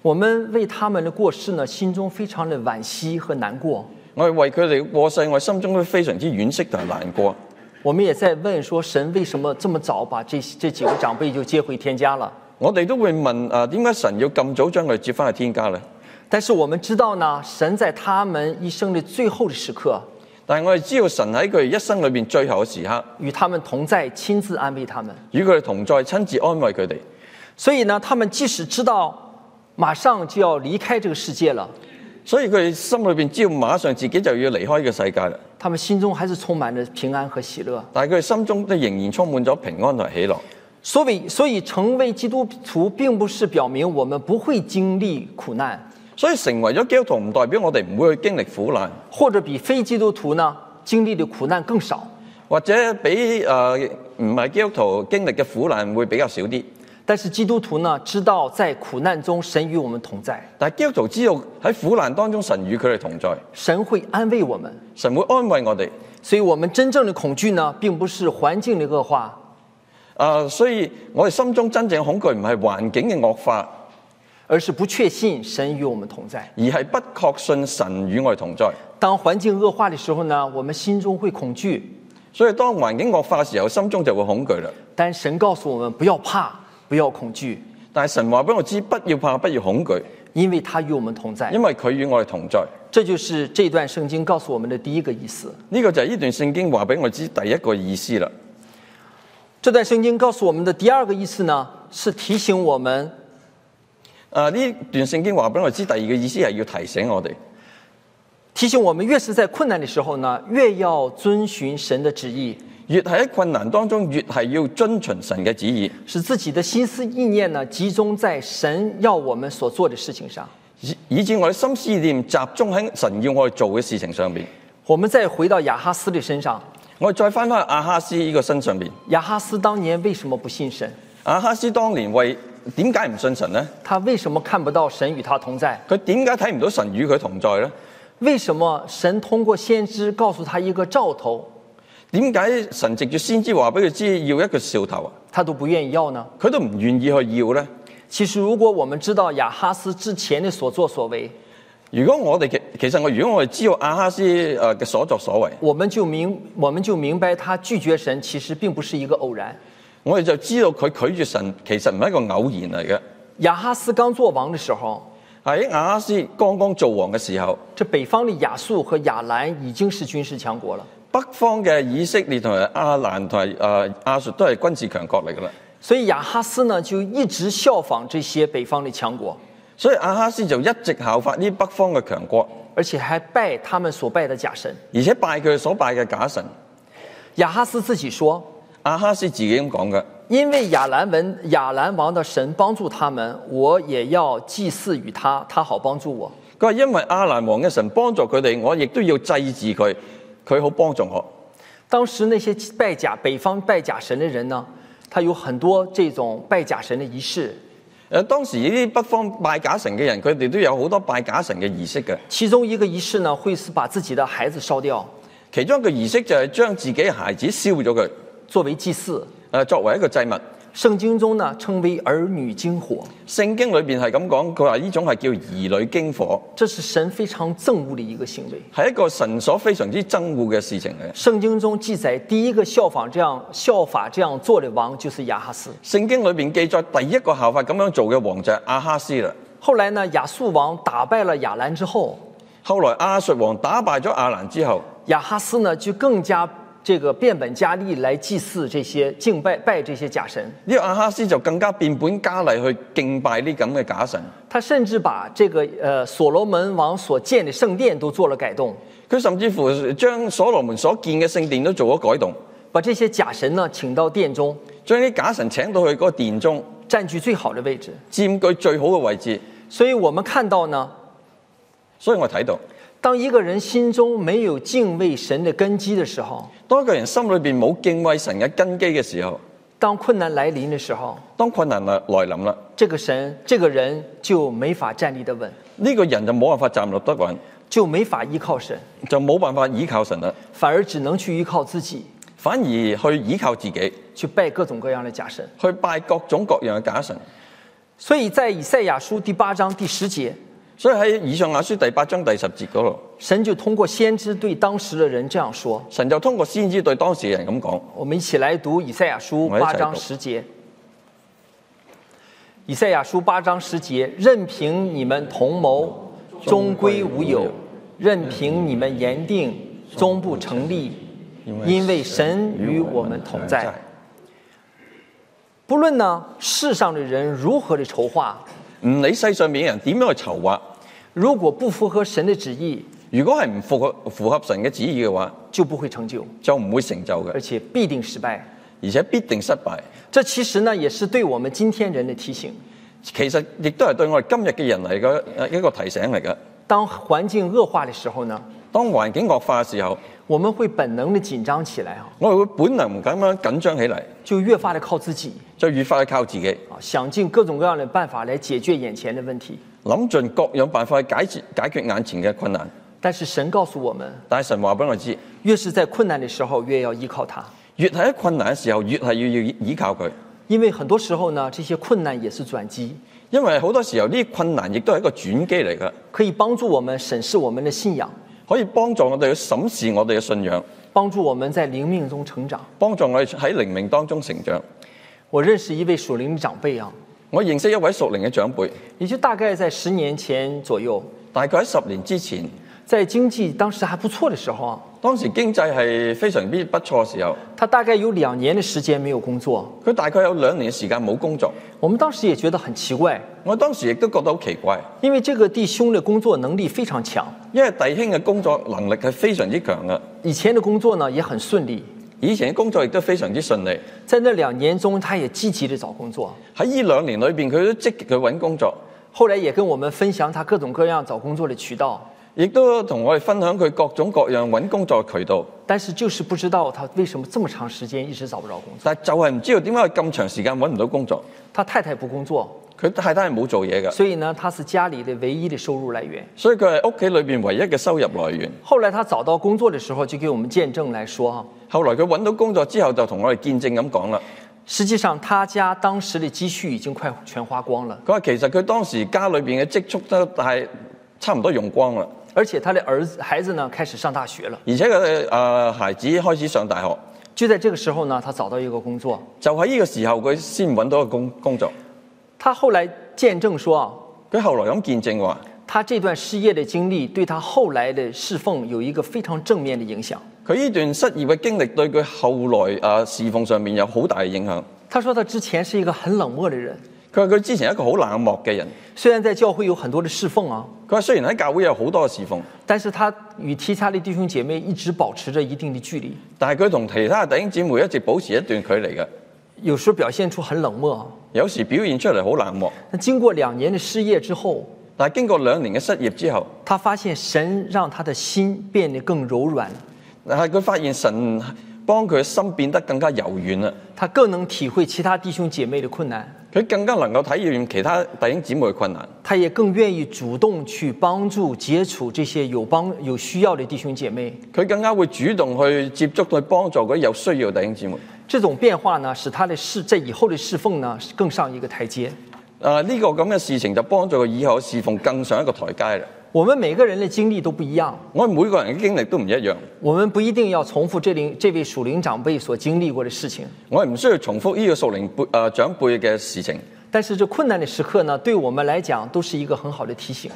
[SPEAKER 1] 我們為他們的過世呢，心中非常的惋惜和難過。
[SPEAKER 2] 我哋為佢哋過世，我心中都非常之惋惜同埋難過。
[SPEAKER 1] 我们也在问说，神为什么这么早把这这几个长辈就接回天家了？
[SPEAKER 2] 我哋都會問啊，點解神要咁早將佢接翻去天家呢？
[SPEAKER 1] 但是我们知道呢，神在他们一生的最后的时刻，
[SPEAKER 2] 但係我哋知道神喺佢哋一生裏邊最後嘅時刻，
[SPEAKER 1] 与他们同在，亲自安慰他们。
[SPEAKER 2] 與佢哋同在，親自安慰佢哋。
[SPEAKER 1] 所以呢，他们即使知道马上就要离开这个世界了，
[SPEAKER 2] 所以佢哋心裏邊知道馬上自己就要離開呢個世界啦。
[SPEAKER 1] 他们心中还是充满着平安和喜乐。
[SPEAKER 2] 但係佢哋心中都仍然充滿咗平安同喜樂。
[SPEAKER 1] 所以，所以成为基督徒并不是表明我们不会经历苦难，
[SPEAKER 2] 所以成為咗基督徒唔代表我哋唔會去經歷苦難，
[SPEAKER 1] 或者比非基督徒呢经历的苦难更少。
[SPEAKER 2] 或者比誒唔係基督徒經歷嘅苦難會比較少啲。
[SPEAKER 1] 但是基督徒呢，知道在苦难中神与我们同在，
[SPEAKER 2] 但係基督徒知道喺苦難當中，神與佢哋同在，
[SPEAKER 1] 神会安慰我们。
[SPEAKER 2] 神會安慰我哋。
[SPEAKER 1] 所以，我们真正的恐惧呢，并不是环境的恶化，
[SPEAKER 2] 啊、所以我哋心中真正嘅恐懼唔係環境嘅惡化，
[SPEAKER 1] 而是不确信神与我们同在。
[SPEAKER 2] 而係不確信神與我哋同在。
[SPEAKER 1] 当环境恶化的时候呢，我们心中會恐惧，
[SPEAKER 2] 所以當環境惡化嘅時候，心中就會恐懼啦。
[SPEAKER 1] 但神告诉我们不要怕，不要恐惧，
[SPEAKER 2] 但係神話俾我知，不要怕，不要恐懼，
[SPEAKER 1] 因为他与我们同在。
[SPEAKER 2] 因為佢與我哋同在。
[SPEAKER 1] 这就是这段圣经告诉我们的第一个意思。
[SPEAKER 2] 呢、個就係呢段聖經話俾我知第一個意思啦。
[SPEAKER 1] 这段圣经告诉我们的第二个意思呢，是提醒我们
[SPEAKER 2] 啊！呢段聖經話俾我知，第二個意思係要提醒我哋，
[SPEAKER 1] 提醒我们，越是在困难的时候呢，越要遵循神的旨意，
[SPEAKER 2] 越係喺困難當中，越係要遵循神嘅旨意，
[SPEAKER 1] 使自己的心思意念呢集中在神要我们所做的事情上。
[SPEAKER 2] 以以致我哋心思意念集中喺神要我哋做嘅事情上面。
[SPEAKER 1] 我们再回到亚哈斯的身上，
[SPEAKER 2] 我哋再翻翻阿哈斯呢個身上面。
[SPEAKER 1] 亚哈斯當年为什么不信神？
[SPEAKER 2] 阿哈斯當年為點解唔信神呢？
[SPEAKER 1] 他為什么看不到神與他同在？
[SPEAKER 2] 佢點解睇唔到神與佢同在呢？
[SPEAKER 1] 為什么神通過先知告訴他一個兆頭，
[SPEAKER 2] 點解神藉住先知話俾佢知要一個兆頭啊？
[SPEAKER 1] 他都不願意要呢？
[SPEAKER 2] 佢都唔願意去要呢？
[SPEAKER 1] 其實，如果我們知道亞哈斯之前的所作所為，
[SPEAKER 2] 如果我哋其其實我如果我哋知道阿哈斯誒嘅所作所為，
[SPEAKER 1] 我們就明我們就明白他拒絕神其實並不是一個偶然。
[SPEAKER 2] 我哋就知道佢拒絕神其實唔係一個偶然嚟嘅。
[SPEAKER 1] 亞哈斯剛做王的時候，
[SPEAKER 2] 喺亞哈斯剛剛做王嘅時候，
[SPEAKER 1] 這北方的亞述和亞蘭已經是軍事強國了，
[SPEAKER 2] 北方嘅以色列同埋亞蘭同埋誒亞述都係軍事強國嚟㗎啦。
[SPEAKER 1] 所以亞哈斯呢就一直效仿這些北方的強國，
[SPEAKER 2] 所以亞哈斯就一直效法呢北方嘅強國，
[SPEAKER 1] 而且還拜他們所拜的假神。
[SPEAKER 2] 而且拜佢所拜嘅假神。
[SPEAKER 1] 亞哈斯自己說：“
[SPEAKER 2] 亞哈斯自己咁講嘅，
[SPEAKER 1] 因为亚兰文亚兰王的神帮助他们，我也要祭祀于他，他好帮助我。
[SPEAKER 2] 佢話因為亞蘭王嘅神幫助佢哋，我亦都要祭祀佢，佢好幫助我。
[SPEAKER 1] 当时那些拜假北方拜假神的人呢，他有很多这種拜假神的仪式，
[SPEAKER 2] 誒當時呢啲北方拜假神嘅人，佢哋都有好多拜假神嘅儀式嘅。
[SPEAKER 1] 其中一个仪式呢，会是把自己的孩子烧掉
[SPEAKER 2] 其中一個儀式就係將自己嘅孩子燒咗佢，
[SPEAKER 1] 作为祭祀，
[SPEAKER 2] 誒作為一個祭物。
[SPEAKER 1] 圣经中呢称为儿女经火，
[SPEAKER 2] 聖經裏邊係咁講，佢話呢種係叫兒女經火，
[SPEAKER 1] 这是神非常憎恶的一个行为。
[SPEAKER 2] 係一個神所非常之憎惡嘅事情嚟。
[SPEAKER 1] 圣经中记载，第一个效仿这样效法这样做的王就是亚哈斯。
[SPEAKER 2] 聖經裏邊記載第一個效法咁樣做嘅王就係亞哈斯啦。
[SPEAKER 1] 后来呢，亚述王打败了亚兰之后，
[SPEAKER 2] 後來亞述王打敗咗亞蘭之後，
[SPEAKER 1] 亚哈斯呢就更加这个变本加厉来祭祀这些敬拜拜这些假神，
[SPEAKER 2] 呢、個亞哈斯就更加變本加厲去敬拜呢咁嘅假神。
[SPEAKER 1] 他甚至把这个呃所罗门王所建的圣殿都做了改动，
[SPEAKER 2] 佢甚至乎呃將所羅門所建嘅聖殿都做咗改動，
[SPEAKER 1] 把这些假神呢请到殿中，
[SPEAKER 2] 將啲假神請到去嗰個殿中，
[SPEAKER 1] 占据最好的位置。
[SPEAKER 2] 佔據最好嘅位置。
[SPEAKER 1] 所以我们看到呢，
[SPEAKER 2] 所以我睇到，
[SPEAKER 1] 当一个人心中没有敬畏神的根基的时候，
[SPEAKER 2] 當一個人心裏邊冇敬畏神嘅根基嘅時候，
[SPEAKER 1] 当困难来临的时候，
[SPEAKER 2] 當困難來來臨啦，
[SPEAKER 1] 这个神这个人就没法站立得稳，
[SPEAKER 2] 呢、個人就冇辦法站立得穩，
[SPEAKER 1] 就没法依靠神，
[SPEAKER 2] 就冇辦法倚靠神啦，
[SPEAKER 1] 反而只能去依靠自己，
[SPEAKER 2] 反而去倚靠自己，
[SPEAKER 1] 去拜各种各样的假神。
[SPEAKER 2] 去拜各種各樣嘅假神。
[SPEAKER 1] 所以在以赛亚书第八章第十节，
[SPEAKER 2] 所以喺以上亞書第八章第十節嗰度，
[SPEAKER 1] 神就通过先知对当时的人这样说：
[SPEAKER 2] 神就通過先知對當事人咁講。
[SPEAKER 1] 我们一起来读以赛亚书八章十节。以赛亚书八章十节，任凭你们同谋，终归无有；任凭你们言定，终不成立，因为神与我们同在。不论呢世上的人如何的筹划，
[SPEAKER 2] 唔理世上面嘅人點樣去籌劃，
[SPEAKER 1] 如果不符合神的旨意，
[SPEAKER 2] 如果係唔符合符合神嘅旨意嘅話，
[SPEAKER 1] 就不会成就，
[SPEAKER 2] 就唔會成就
[SPEAKER 1] 而
[SPEAKER 2] 嘅，
[SPEAKER 1] 且必定失败。
[SPEAKER 2] 而且必定失敗。
[SPEAKER 1] 这其实呢也是对我们今天人的提醒。
[SPEAKER 2] 其實亦都係對我哋今日嘅人嚟呃嘅一個提醒嚟嘅。
[SPEAKER 1] 当环境恶化的时候呢，
[SPEAKER 2] 當環境惡化嘅時候，
[SPEAKER 1] 我們會本能的緊張起來啊，
[SPEAKER 2] 我哋會本能咁樣緊張起嚟，
[SPEAKER 1] 就越發的靠自己
[SPEAKER 2] 就越快去靠自己，
[SPEAKER 1] 啊，想盡各種各樣的辦法來解決眼前的問題。
[SPEAKER 2] 諗盡各樣辦法去解決解決眼前嘅困難。
[SPEAKER 1] 但是神告訴我們，
[SPEAKER 2] 但係神話俾我知，
[SPEAKER 1] 越是在困難的時候，越要依靠他，
[SPEAKER 2] 越係喺困難嘅時候，越係要要依靠佢，
[SPEAKER 1] 因為很多時候呢，這些困難也是轉機，
[SPEAKER 2] 因為好多時候呢啲困難亦都係一個轉機嚟嘅，
[SPEAKER 1] 可以幫助我們審視我們的信仰，
[SPEAKER 2] 可以幫助我哋去審視我哋嘅信仰，
[SPEAKER 1] 幫助我們在靈命中成長。
[SPEAKER 2] 幫助我哋喺靈命當中成長。
[SPEAKER 1] 我認識一位屬靈的長輩啊，
[SPEAKER 2] 我認識一位屬靈嘅長輩，
[SPEAKER 1] 也就大概在十年前左右，
[SPEAKER 2] 大概喺十年之前，
[SPEAKER 1] 在經濟當時還不錯的時候啊，
[SPEAKER 2] 當時經濟係非常之不錯嘅時候，
[SPEAKER 1] 他大概有兩年的時間沒有工作。
[SPEAKER 2] 佢大概有兩年嘅時間冇工作。
[SPEAKER 1] 我們當時也覺得很奇怪，
[SPEAKER 2] 我當時亦都覺得好奇怪，
[SPEAKER 1] 因为這個弟兄的工作能力非常強，
[SPEAKER 2] 因為弟兄嘅工作能力係非常之強嘅，
[SPEAKER 1] 以前的工作呢也很順利，
[SPEAKER 2] 以前嘅工作亦都非常之順利。
[SPEAKER 1] 在那兩年中，他也積極地找工作，
[SPEAKER 2] 喺呢兩年裏邊，佢都積極去揾工作，
[SPEAKER 1] 後來也跟我們分享他各種各樣找工作的渠道，
[SPEAKER 2] 亦都同我哋分享佢各種各樣揾工作嘅渠道。
[SPEAKER 1] 但是就是不知道他為什麼這麼長時間一直找不着工作。
[SPEAKER 2] 但就係唔知道點解佢咁長時間揾唔到工作。
[SPEAKER 1] 他太太不工作，
[SPEAKER 2] 佢太太係冇做嘢㗎，
[SPEAKER 1] 所以呢，他是家裡的唯一的收入來源。
[SPEAKER 2] 所以佢係屋企裏邊唯一嘅收入來源。
[SPEAKER 1] 後來他找到工作的時候，就給我們見證來說啊，
[SPEAKER 2] 後來佢揾到工作之後，就同我哋見證咁講啦。
[SPEAKER 1] 實際上他家當時的積蓄已經快全花光了，
[SPEAKER 2] 佢話其實佢當時家裏邊嘅積蓄都係差唔多用光啦，
[SPEAKER 1] 而且他的兒子孩子呢開始上大學了。
[SPEAKER 2] 而且佢誒、呃孩子開始上大學，
[SPEAKER 1] 就在這個時候呢，他找到一個工作。
[SPEAKER 2] 就喺呢個時候佢先揾到個工工作。
[SPEAKER 1] 他後來見證說啊，
[SPEAKER 2] 佢後來咁見證話，
[SPEAKER 1] 他這段失業的經歷對他後來的侍奉有一個非常正面的影響。
[SPEAKER 2] 佢呢段失業嘅經歷對佢後來誒、呃侍奉上面有好大嘅影響。
[SPEAKER 1] 他說他之前是一個很冷漠的人，
[SPEAKER 2] 佢話佢之前係一個好冷漠嘅人，
[SPEAKER 1] 雖然在教會有很多的侍奉啊，
[SPEAKER 2] 佢話雖然喺教會有好多嘅侍奉，
[SPEAKER 1] 但是他與其他的弟兄姐妹一直保持着一定的距離，
[SPEAKER 2] 但係佢同其他弟兄姊妹一直保持一段距離嘅，
[SPEAKER 1] 有時候表現出很冷漠啊。
[SPEAKER 2] 有時表現出嚟好冷漠。
[SPEAKER 1] 那經過兩年的失業之後，
[SPEAKER 2] 但係經過兩年嘅失業之後，
[SPEAKER 1] 他發現神讓他的心變得更柔軟，
[SPEAKER 2] 但係佢發現神幫佢嘅心變得更加柔軟啦，
[SPEAKER 1] 他更能體會其他弟兄姐妹的困難。
[SPEAKER 2] 佢更加能夠體驗其他弟兄姊妹嘅困難，
[SPEAKER 1] 他也更願意主動去幫助、解除這些有幫有需要的弟兄姐妹。
[SPEAKER 2] 佢更加會主動去接觸去幫助嗰啲有需要嘅弟兄姊妹。
[SPEAKER 1] 这种變化呢，使他的侍在以後的侍奉呢更上一個台階。
[SPEAKER 2] 啊！呢、個咁嘅事情就幫助佢以後嘅侍奉更上一個台階啦。
[SPEAKER 1] 我們每個人的經歷都不一樣，
[SPEAKER 2] 我哋每個人嘅經歷都唔一樣，
[SPEAKER 1] 我們不一定要重複這零這位屬靈長輩所經歷過的事情。
[SPEAKER 2] 我哋唔需要重複呢個屬靈輩啊長輩嘅事情，
[SPEAKER 1] 但是這困難的時刻呢，對我們來講都是一個很好的提醒，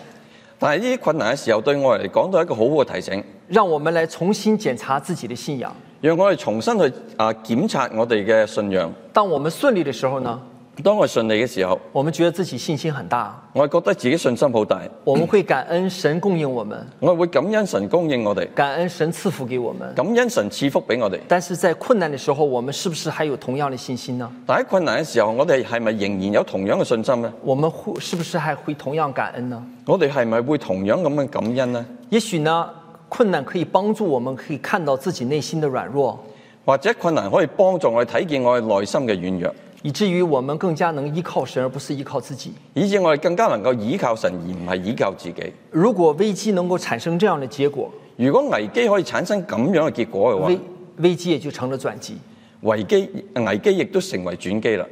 [SPEAKER 2] 但係呢啲困難嘅時候對我嚟講都係一個好好嘅提醒。
[SPEAKER 1] 讓我們來重新檢查自己的信仰。
[SPEAKER 2] 讓我哋重新去啊檢察我哋嘅信仰。
[SPEAKER 1] 當我們順利的時候呢，
[SPEAKER 2] 當我哋順利嘅時候，
[SPEAKER 1] 我們覺得自己信心很大，
[SPEAKER 2] 我哋覺得自己信心好大，
[SPEAKER 1] 我們會感恩神供應我們，
[SPEAKER 2] 我哋會感恩神供應我哋，
[SPEAKER 1] 感恩神賜福給我們。
[SPEAKER 2] 感恩神賜福俾我哋。
[SPEAKER 1] 但是在困難的時候，我們是不是還有同樣的信心呢？
[SPEAKER 2] 但喺困難嘅時候，我哋係咪仍然有同樣嘅信心呢？
[SPEAKER 1] 我們會是不是還會同樣感恩呢？
[SPEAKER 2] 我哋係咪會同樣咁樣感恩呢？
[SPEAKER 1] 也許呢，困難可以幫助我們可以看到自己內心的軟弱，
[SPEAKER 2] 或者困難可以幫助我哋睇見我哋內心嘅軟弱，
[SPEAKER 1] 以至於我們更加能依靠神，而不是依靠自己。
[SPEAKER 2] 以致我哋更加能夠倚靠神而唔係倚靠自己。
[SPEAKER 1] 如果危機能夠產生這樣的結果，
[SPEAKER 2] 如果危機可以產生咁樣嘅結果嘅
[SPEAKER 1] 危
[SPEAKER 2] 話，
[SPEAKER 1] 危機也就成了轉機。
[SPEAKER 2] 危機危機亦都成為轉機啦。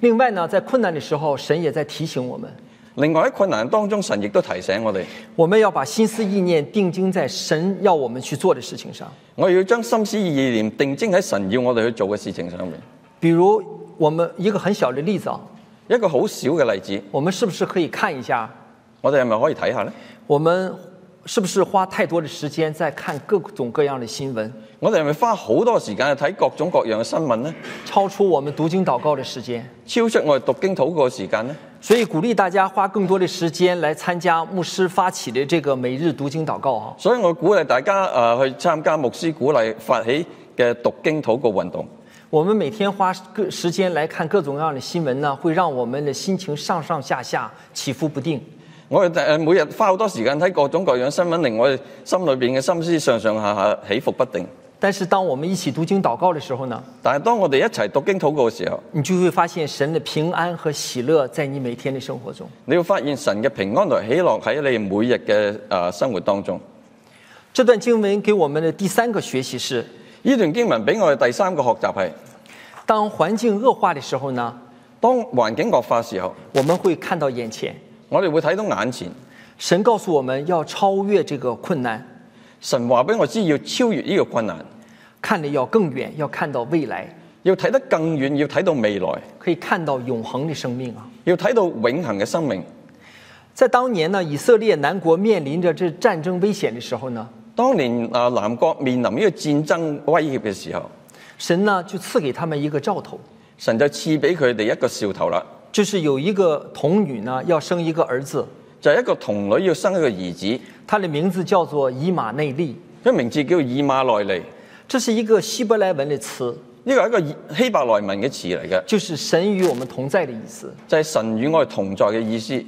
[SPEAKER 1] 另外呢，在困難的時候，神也在提醒我們，
[SPEAKER 2] 另外喺困難當中，神亦都提醒我哋。
[SPEAKER 1] 我們要把心思意念定睛在神要我們去做的事情上。
[SPEAKER 2] 我要將心思意念定睛喺神要我哋去做嘅事情上面。
[SPEAKER 1] 比如，我們一個很小的例子啊，
[SPEAKER 2] 一個好少嘅例子，
[SPEAKER 1] 我們是不是可以看一下
[SPEAKER 2] 我哋係咪可以睇下呢？
[SPEAKER 1] 我們是不是花太多的时间在看各种各样的新闻，
[SPEAKER 2] 我哋係咪花好多時間去睇各種各樣嘅新聞呢？
[SPEAKER 1] 超出我们讀經禱告的时间？
[SPEAKER 2] 超出我哋讀經禱告嘅時間呢？
[SPEAKER 1] 所以鼓励大家花更多的时间来参加牧师发起的這個每日讀經禱告啊。
[SPEAKER 2] 所以我鼓勵大家誒、呃去參加牧師鼓勵發起嘅讀經禱告運動。
[SPEAKER 1] 我们每天花各时间来看各种各样的新闻呢，会让我们的心情上上下下起伏不定。
[SPEAKER 2] 我哋誒每日花好多時間睇各種各樣新聞，令我哋心裏邊嘅心思上上下下起伏不定。
[SPEAKER 1] 但是当我们一起讀經禱告的时候呢，
[SPEAKER 2] 但係當我哋一齊讀經禱告嘅時候，
[SPEAKER 1] 你就会发现神的平安和喜乐在你每天的生活中。
[SPEAKER 2] 你會發現神嘅平安同喜樂喺你每日嘅誒生活當中。
[SPEAKER 1] 这段经文给我们的第三个学习是：
[SPEAKER 2] 呢段經文俾我哋第三個學習係：
[SPEAKER 1] 当环境恶化的时候呢，
[SPEAKER 2] 當環境惡化嘅時候，
[SPEAKER 1] 我们会看到眼前。
[SPEAKER 2] 我哋會睇到眼前。
[SPEAKER 1] 神告诉我们要超越这个困难，
[SPEAKER 2] 神話俾我知要超越呢個困難，
[SPEAKER 1] 看得要更远，要看到未来，
[SPEAKER 2] 要睇得更遠，要睇到未來，
[SPEAKER 1] 可以看到永恒的生命啊。
[SPEAKER 2] 要睇到永恆嘅生命。
[SPEAKER 1] 在当年呢，以色列南国面临着这战争危险的时候呢，
[SPEAKER 2] 當年啊南國面臨呢個戰爭威脅嘅時候，
[SPEAKER 1] 神呢就赐给他们一个兆头，
[SPEAKER 2] 神就賜俾佢哋一個兆頭啦，
[SPEAKER 1] 就是有一个童女呢要生一个儿子，
[SPEAKER 2] 就係、一個童女要生一個兒子，
[SPEAKER 1] 他的名字叫做以马内利，
[SPEAKER 2] 佢名字叫以馬內利，
[SPEAKER 1] 这是一个希伯来文的词，
[SPEAKER 2] 呢個係一個以希伯來文嘅詞嚟嘅，
[SPEAKER 1] 就是神与我们同在的意思。
[SPEAKER 2] 就係、神與我哋同在嘅意思。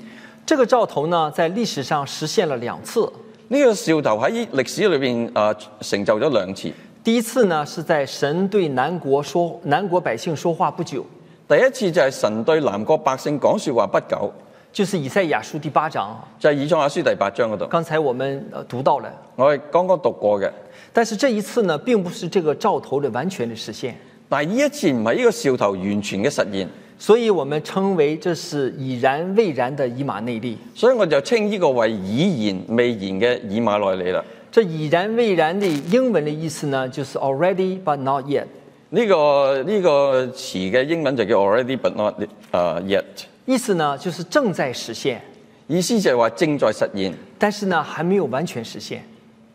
[SPEAKER 1] 这个兆头呢，在历史上实現了兩次。
[SPEAKER 2] 呢、個兆頭喺歷史裏邊啊成就咗兩次。
[SPEAKER 1] 第一次呢，是在神對南國说南國百姓说話不久，
[SPEAKER 2] 第一次就係神對南國百姓講説話不久，
[SPEAKER 1] 就是以賽亞書第八章啊，
[SPEAKER 2] 就係、以賽亞書第八章嗰度，
[SPEAKER 1] 剛才我們呃讀到了。
[SPEAKER 2] 我哋剛剛讀過嘅。
[SPEAKER 1] 但是這一次呢，並不是這個兆頭的完全的實現，
[SPEAKER 2] 但係呢一次唔係呢個兆頭完全嘅實現，
[SPEAKER 1] 所以我們稱為這是已然未然的以馬內利。
[SPEAKER 2] 所以我就稱呢個為已然未然嘅以馬內利啦。
[SPEAKER 1] 這已然未然的英文的意思呢，就是 already but not yet，
[SPEAKER 2] 呢、個呢、個詞嘅英文就叫 already but not 啊 yet，
[SPEAKER 1] 意思呢就是正在實現，
[SPEAKER 2] 意思就係話正在實現，
[SPEAKER 1] 但是呢還沒有完全實現。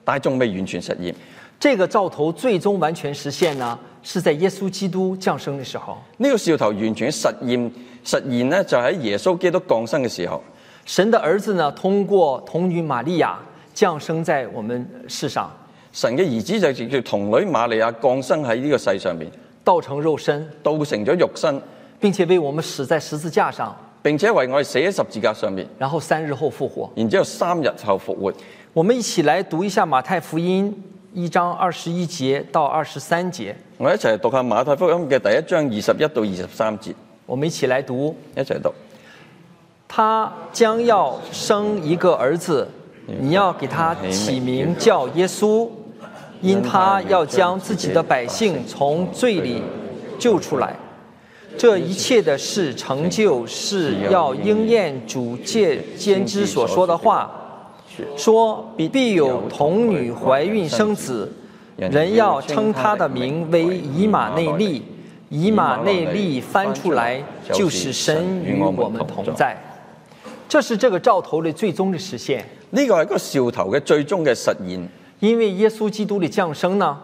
[SPEAKER 2] 但係仲未完全實現。
[SPEAKER 1] 这个兆头最终完全实現呢，是在耶穌基督降生的時候，
[SPEAKER 2] 呢、個兆頭完全實現實現咧，就喺耶穌基督降生嘅時候，
[SPEAKER 1] 神的兒子呢，通過童女瑪利亞降生在我們世上，
[SPEAKER 2] 神嘅兒子就叫童女瑪利亞降生喺呢個世上面，
[SPEAKER 1] 道成肉身，
[SPEAKER 2] 道成咗肉身，
[SPEAKER 1] 並且為我們死在十字架上，
[SPEAKER 2] 並且為我哋死喺十字架上面，
[SPEAKER 1] 然後三日後復活。
[SPEAKER 2] 然之後三日後復活。
[SPEAKER 1] 我們一起來讀一下馬太福音一章二十一節到二十三節，
[SPEAKER 2] 我一齊讀下馬太福音嘅第一章二十一到二十三節，
[SPEAKER 1] 我們一起來讀。
[SPEAKER 2] 一齊讀。
[SPEAKER 1] 他將要生一個兒子，你要給他起名叫耶穌，因他要將自己的百姓從罪裡救出來。这一切的事成就是要应验主借先知所说的话，说必有童女怀孕生子，人要称他的名为以马内利。以马内利翻出来就是神与我们同在。这是这个兆头的最终的实现，
[SPEAKER 2] 呢個係一個兆頭嘅最終嘅實現，
[SPEAKER 1] 因为耶穌基督的降生呢，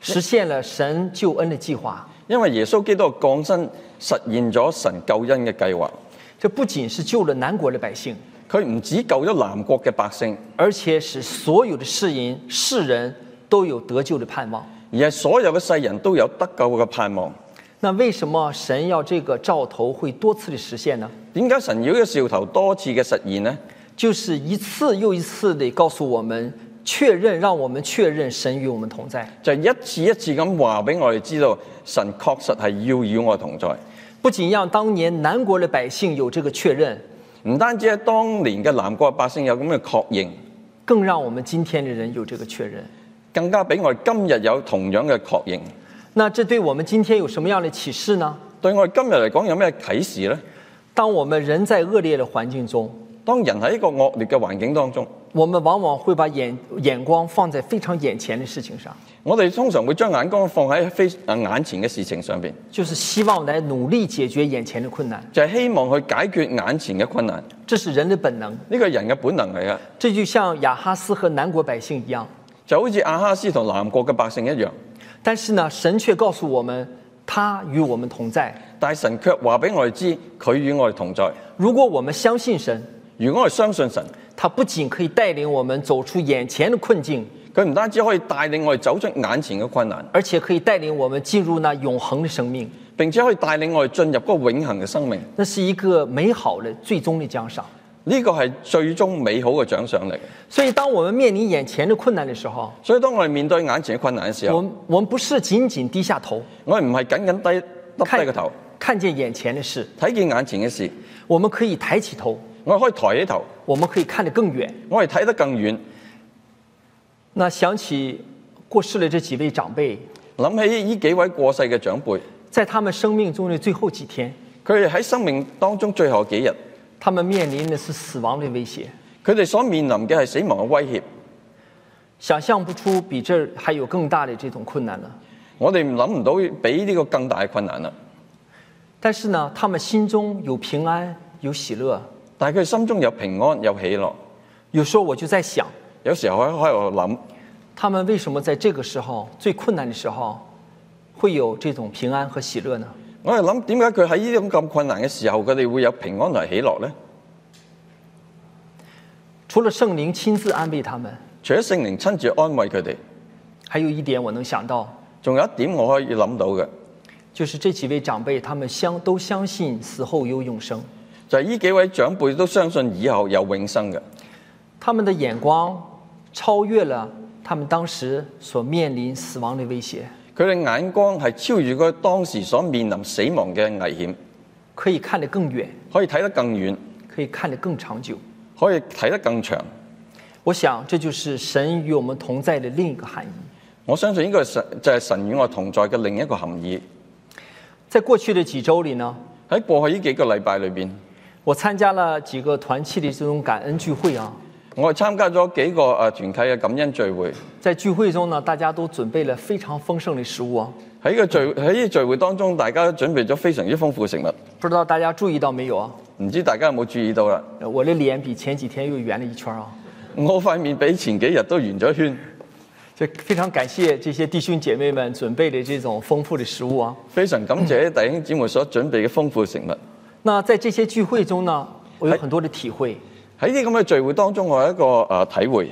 [SPEAKER 1] 实现了神救恩的计划。
[SPEAKER 2] 因為耶穌基督嘅降生實現咗神救恩嘅計劃。
[SPEAKER 1] 这不仅是救了南国的百姓，
[SPEAKER 2] 佢唔止救咗南國嘅百姓，
[SPEAKER 1] 而且使所有的世人世人都有得救的盼望。
[SPEAKER 2] 而係所有嘅世人都有得救嘅盼望。
[SPEAKER 1] 那为什么神要这个兆头会多次的实现呢？
[SPEAKER 2] 點解神要呢個兆頭多次嘅實現呢？
[SPEAKER 1] 就是一次又一次地告诉我们，确认让我们确认神与我们同在。
[SPEAKER 2] 就係一次一次咁話俾我哋知道，神確實係要與我同在。
[SPEAKER 1] 不仅让当年南国的百姓有这个确认，
[SPEAKER 2] 唔單止係當年嘅南國百姓有咁嘅確認，
[SPEAKER 1] 更让我们今天的人有这个确认。
[SPEAKER 2] 更加俾我哋今日有同樣嘅確認。
[SPEAKER 1] 那这对我们今天有什么样的啟示呢？
[SPEAKER 2] 對我哋今日嚟講有咩啟示呢？
[SPEAKER 1] 当我们人在恶劣的环境中，
[SPEAKER 2] 當人喺一個惡劣嘅環境當中，
[SPEAKER 1] 我们往往会把眼眼光放在非常眼前的事情上，
[SPEAKER 2] 我哋通常會將眼光放喺非啊眼前嘅事情上邊，
[SPEAKER 1] 就是希望来努力解决眼前的困难，
[SPEAKER 2] 就係、希望去解決眼前嘅困難。呢、
[SPEAKER 1] 这是人的本能。
[SPEAKER 2] 個係人嘅本能嚟嘅，
[SPEAKER 1] 这就像亚哈斯和南国百姓一样，
[SPEAKER 2] 就好似亞哈斯同南國嘅百姓一樣。
[SPEAKER 1] 但是呢，神却告诉我们，他与我们同在。
[SPEAKER 2] 但係神卻話俾我哋知，佢與我哋同在。
[SPEAKER 1] 如果我们相信神，
[SPEAKER 2] 如果我哋相信神，
[SPEAKER 1] 他不仅可以带领我们走出眼前的困境，
[SPEAKER 2] 佢唔單止可以帶領我哋走出眼前嘅困難，
[SPEAKER 1] 而且可以带领我们进入那永恒的生命，
[SPEAKER 2] 並且可以帶領我哋進入嗰個永恆嘅生命。
[SPEAKER 1] 那是一个美好的最终的奖赏。
[SPEAKER 2] 呢個係最終美好嘅獎賞嚟嘅。
[SPEAKER 1] 所以，当我們面臨眼前的困難的時候，
[SPEAKER 2] 所以當我哋面對眼前嘅困難嘅時
[SPEAKER 1] 我
[SPEAKER 2] 候，
[SPEAKER 1] 們我們不是僅僅低下頭，
[SPEAKER 2] 我哋唔係緊緊低耷低個頭，
[SPEAKER 1] 看見眼前的事，
[SPEAKER 2] 睇見眼前嘅事，
[SPEAKER 1] 我們可以抬起頭，
[SPEAKER 2] 我哋可以抬起頭，
[SPEAKER 1] 我們可以看得更遠。
[SPEAKER 2] 我哋睇得更遠。
[SPEAKER 1] 那想起過世的這幾位長輩，
[SPEAKER 2] 諗起呢幾位過世嘅長輩，
[SPEAKER 1] 在他們生命中的最後幾天，
[SPEAKER 2] 佢哋喺生命當中最後幾日，
[SPEAKER 1] 他們面臨的是死亡的威脅，
[SPEAKER 2] 佢哋所面臨嘅係死亡嘅威脅。
[SPEAKER 1] 想象不出比這還有更大的這種困難了。
[SPEAKER 2] 我哋諗唔到比呢個更大嘅困難啦。
[SPEAKER 1] 但是呢，他們心中有平安，有喜樂。
[SPEAKER 2] 但係佢哋心中有平安有喜樂，
[SPEAKER 1] 有時候我就在想，
[SPEAKER 2] 有時候喺喺度諗，
[SPEAKER 1] 他們為什麼在這個時候最困難的時候，會有這種平安和喜樂呢？
[SPEAKER 2] 我哋諗點解佢喺呢種咁困難嘅時候，佢哋會有平安同喜樂呢？
[SPEAKER 1] 除了聖靈親自安慰他們，
[SPEAKER 2] 除咗聖靈親自安慰佢哋，
[SPEAKER 1] 还有一點我能想到，
[SPEAKER 2] 仲有一點我可以諗到嘅，
[SPEAKER 1] 就是這幾位長輩他們相都相信死後有永生，
[SPEAKER 2] 就係、呢幾位長輩都相信以後有永生嘅。
[SPEAKER 1] 他們的眼光超越了他們當時所面臨死亡的威脅，
[SPEAKER 2] 佢哋眼光係超越佢當時所面臨死亡嘅危險，
[SPEAKER 1] 可以看得更遠，
[SPEAKER 2] 可以睇得更遠，
[SPEAKER 1] 可以看得更長久。
[SPEAKER 2] 可以睇得更長。
[SPEAKER 1] 我想這就是神與我們同在的另一個含義。
[SPEAKER 2] 我相信呢個係神就係神與我同在嘅另一個含義。
[SPEAKER 1] 在過去的幾周裏呢，
[SPEAKER 2] 喺過去呢幾個禮拜裏邊，
[SPEAKER 1] 我參加了幾個團契的這種感恩聚會啊，
[SPEAKER 2] 我係參加咗幾個誒團契嘅感恩聚會。
[SPEAKER 1] 在聚會中呢，大家都準備了非常豐盛的食物啊。
[SPEAKER 2] 喺呢個聚喺呢個聚會當中，大家都準備咗非常之豐富嘅食物。
[SPEAKER 1] 不知道大家注意到沒有啊？
[SPEAKER 2] 唔知大家有冇注意到啦？
[SPEAKER 1] 呃我的臉比前幾天又圓了一圈啊！
[SPEAKER 2] 我塊面比前幾日都圓咗一圈，
[SPEAKER 1] 这非常感謝這些弟兄姐妹們準備的這種豐富的食物啊。
[SPEAKER 2] 非常感謝弟兄姊妹所準備嘅豐富食物。
[SPEAKER 1] 那在這些聚會中呢，我有很多的體會，
[SPEAKER 2] 喺呢啲咁嘅聚會當中，我有一個誒體會，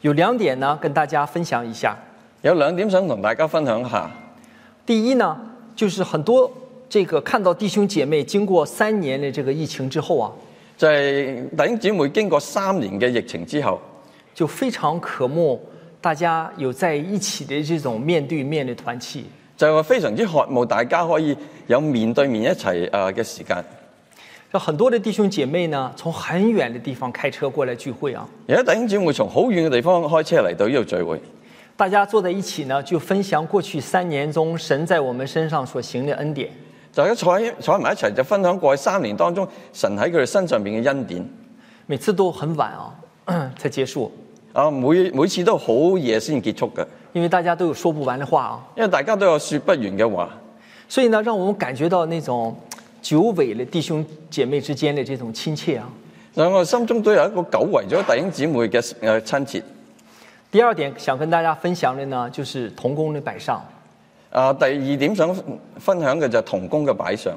[SPEAKER 1] 有兩點呢跟大家分享一下。
[SPEAKER 2] 有兩點想同大家分享下。
[SPEAKER 1] 第一呢，就是很多這個看到弟兄姐妹經過三年的這個疫情之後啊，
[SPEAKER 2] 就係弟兄姊妹經過三年嘅疫情之後，
[SPEAKER 1] 就非常渴慕大家有在一起的這種面對面的團契。
[SPEAKER 2] 就係話非常之渴慕大家可以有面對面一齊誒嘅時間。
[SPEAKER 1] 那很多的弟兄姐妹呢，從很遠的地方開車過來聚會啊，
[SPEAKER 2] 有啲弟兄姊妹從好遠嘅地方開車嚟到呢度聚會，
[SPEAKER 1] 大家坐在一起呢，就分享過去三年中神在我們身上所行的恩典。
[SPEAKER 2] 大家坐喺坐埋一齊就分享過去三年當中神喺佢哋身上邊嘅恩典。
[SPEAKER 1] 每次都很晚啊 才結束，
[SPEAKER 2] 啊，每每次都好夜先結束嘅，
[SPEAKER 1] 因為大家都有說不完的話啊，
[SPEAKER 2] 因為大家都有説不完嘅話，
[SPEAKER 1] 所以呢，讓我們感覺到那種久违的弟兄姐妹之間的這種親切啊。
[SPEAKER 2] 所以我心中都有一個久違咗弟兄姊妹嘅誒親切。
[SPEAKER 1] 第二點想跟大家分享的呢，就是童工的擺上。
[SPEAKER 2] 啊，第二點想分享嘅就係童工嘅擺上。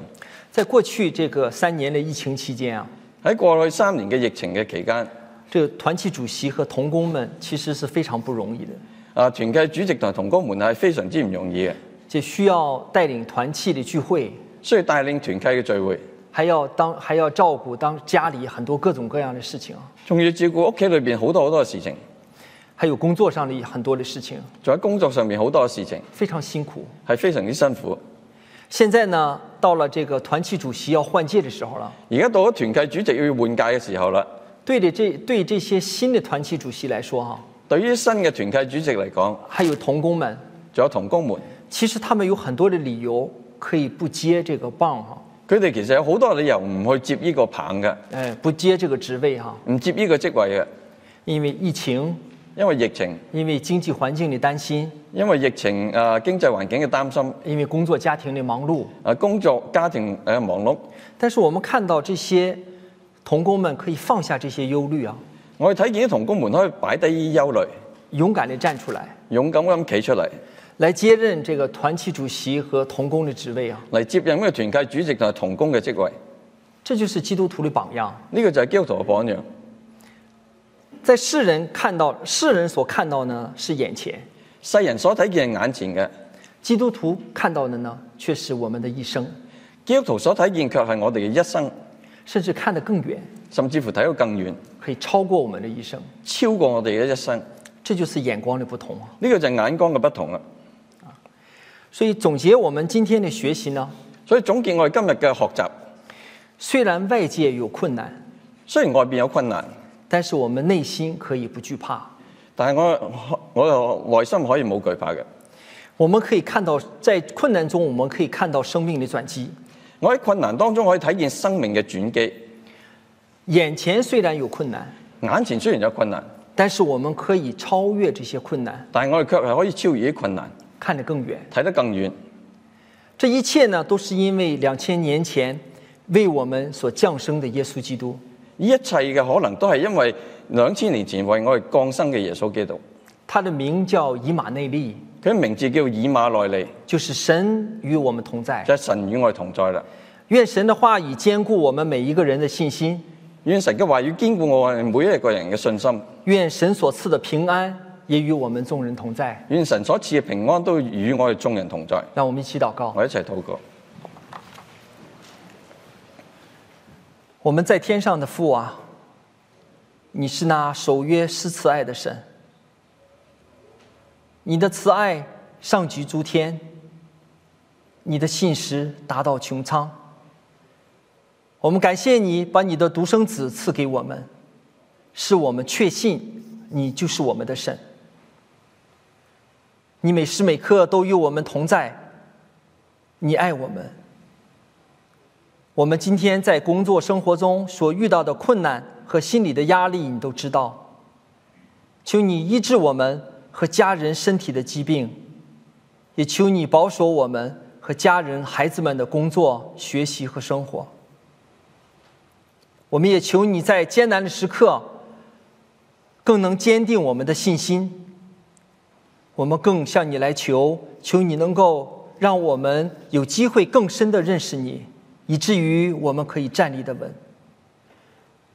[SPEAKER 1] 在過去這個三年的疫情期間啊，
[SPEAKER 2] 喺過去三年嘅疫情嘅期間，
[SPEAKER 1] 这個團契主席和童工們其實是非常不容易的，
[SPEAKER 2] 啊，團契主席同同工們係非常之唔容易嘅，
[SPEAKER 1] 这需要帶領團契的聚會，
[SPEAKER 2] 需要帶領團契嘅聚會，
[SPEAKER 1] 還要當還要照顧當家裡很多各種各樣的事情啊，
[SPEAKER 2] 仲要照顧屋企裏邊好多好多嘅事情，
[SPEAKER 1] 還有工作上的很多的事情，
[SPEAKER 2] 仲喺工作上面好多嘅事情，
[SPEAKER 1] 非常辛苦。
[SPEAKER 2] 係非常之辛苦。
[SPEAKER 1] 現在呢，到了這個團契主席要換屆的時候了，
[SPEAKER 2] 而家到咗團契主席要換屆嘅時候啦，
[SPEAKER 1] 對的這對這些新的團契主席來說哈、
[SPEAKER 2] 對於新嘅團契主席嚟講，
[SPEAKER 1] 還有童工們，
[SPEAKER 2] 仲有同工們。
[SPEAKER 1] 其實他們有很多的理由可以不接這個棒哈、
[SPEAKER 2] 佢哋其實有好多理由唔去接呢個棒嘅，
[SPEAKER 1] 哎，不接這個職位哈、
[SPEAKER 2] 唔接呢個職位嘅。
[SPEAKER 1] 因为疫情，
[SPEAKER 2] 因為疫情，
[SPEAKER 1] 因为经济环境的擔心，
[SPEAKER 2] 因為疫情誒、呃、經濟環境嘅擔心，誒、啊
[SPEAKER 1] 因为工作家庭的忙碌。
[SPEAKER 2] 工作家庭誒、呃忙碌，
[SPEAKER 1] 但是我们看到这些童工们可以放下这些忧虑啊，
[SPEAKER 2] 我哋睇見啲童工們可以擺低憂慮，
[SPEAKER 1] 勇敢地站出来，
[SPEAKER 2] 勇敢咁企出嚟，
[SPEAKER 1] 来接任这个团契主席和童工的职位啊，
[SPEAKER 2] 嚟接任呢個團契主席同埋童工嘅職位。
[SPEAKER 1] 这就是基督徒的榜样。
[SPEAKER 2] 呢、個就係基督徒嘅榜樣。
[SPEAKER 1] 在世人看到世人所看到呢是眼前，
[SPEAKER 2] 世人所睇見係眼前嘅，
[SPEAKER 1] 基督徒看到的呢却是我们的一生，
[SPEAKER 2] 基督徒所睇見卻係我哋嘅一生，
[SPEAKER 1] 甚至看得更远，
[SPEAKER 2] 甚至乎睇到更遠，
[SPEAKER 1] 可以超过我们的一生。
[SPEAKER 2] 超過我哋嘅一生。
[SPEAKER 1] 这就是眼光的不同啊。
[SPEAKER 2] 呢、個就係眼光嘅不同啦。
[SPEAKER 1] 所以总结我们今天的学习呢，
[SPEAKER 2] 所以總結我哋今日嘅學習，
[SPEAKER 1] 虽然外界有困难，
[SPEAKER 2] 雖然外邊有困難，
[SPEAKER 1] 但是我们内心可以不惧怕。
[SPEAKER 2] 但係我我又內心可以冇懼怕嘅。
[SPEAKER 1] 我们可以看到，在困難中，我們可以看到生命的轉機。
[SPEAKER 2] 我喺困難當中可以睇見生命嘅轉機。
[SPEAKER 1] 眼前虽然有困難，
[SPEAKER 2] 眼前雖然有困難，
[SPEAKER 1] 但是我們可以超越這些困難，
[SPEAKER 2] 但係我哋卻係可以超越啲困難，
[SPEAKER 1] 看得更遠。
[SPEAKER 2] 睇得更遠。
[SPEAKER 1] 這一切呢，都是因為兩千年前為我們所降生的耶穌基督。
[SPEAKER 2] 呢一切嘅可能都係因為兩千年前為我哋降生嘅耶穌基督，
[SPEAKER 1] 他的名叫以馬內利，
[SPEAKER 2] 佢名字叫以馬內利，
[SPEAKER 1] 就是神與我們同在
[SPEAKER 2] 就。係、神與我哋同在啦。
[SPEAKER 1] 願神的話語堅固我們每一個人的信心，
[SPEAKER 2] 願神嘅話語堅固我哋每一個人嘅信心，
[SPEAKER 1] 願神所賜的平安也與我們眾人同在。
[SPEAKER 2] 願神所賜嘅平安都與我哋眾人同在。
[SPEAKER 1] 讓我們一起禱告。
[SPEAKER 2] 我一齊禱告。
[SPEAKER 1] 我们在天上的父啊，你是那守约施慈爱的神，你的慈爱上及诸天，你的信实达到穹苍。我们感谢你把你的独生子赐给我们，使我们确信你就是我们的神。你每时每刻都与我们同在，你爱我们。我们今天在工作生活中所遇到的困难和心理的压力，你都知道。求你医治我们和家人身体的疾病，也求你保守我们和家人、孩子们的工作、学习和生活。我们也求你在艰难的时刻，更能坚定我们的信心。我们更向你来求，求你能够让我们有机会更深的认识你，以至于我们可以站立得稳，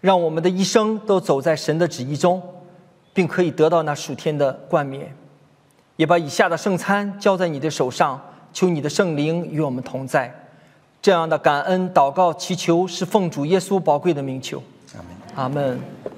[SPEAKER 1] 让我们的一生都走在神的旨意中，并可以得到那属天的冠冕。也把以下的圣餐交在你的手上，求你的圣灵与我们同在。这样的感恩祷告祈求，是奉主耶稣宝贵的名求。阿门。阿门。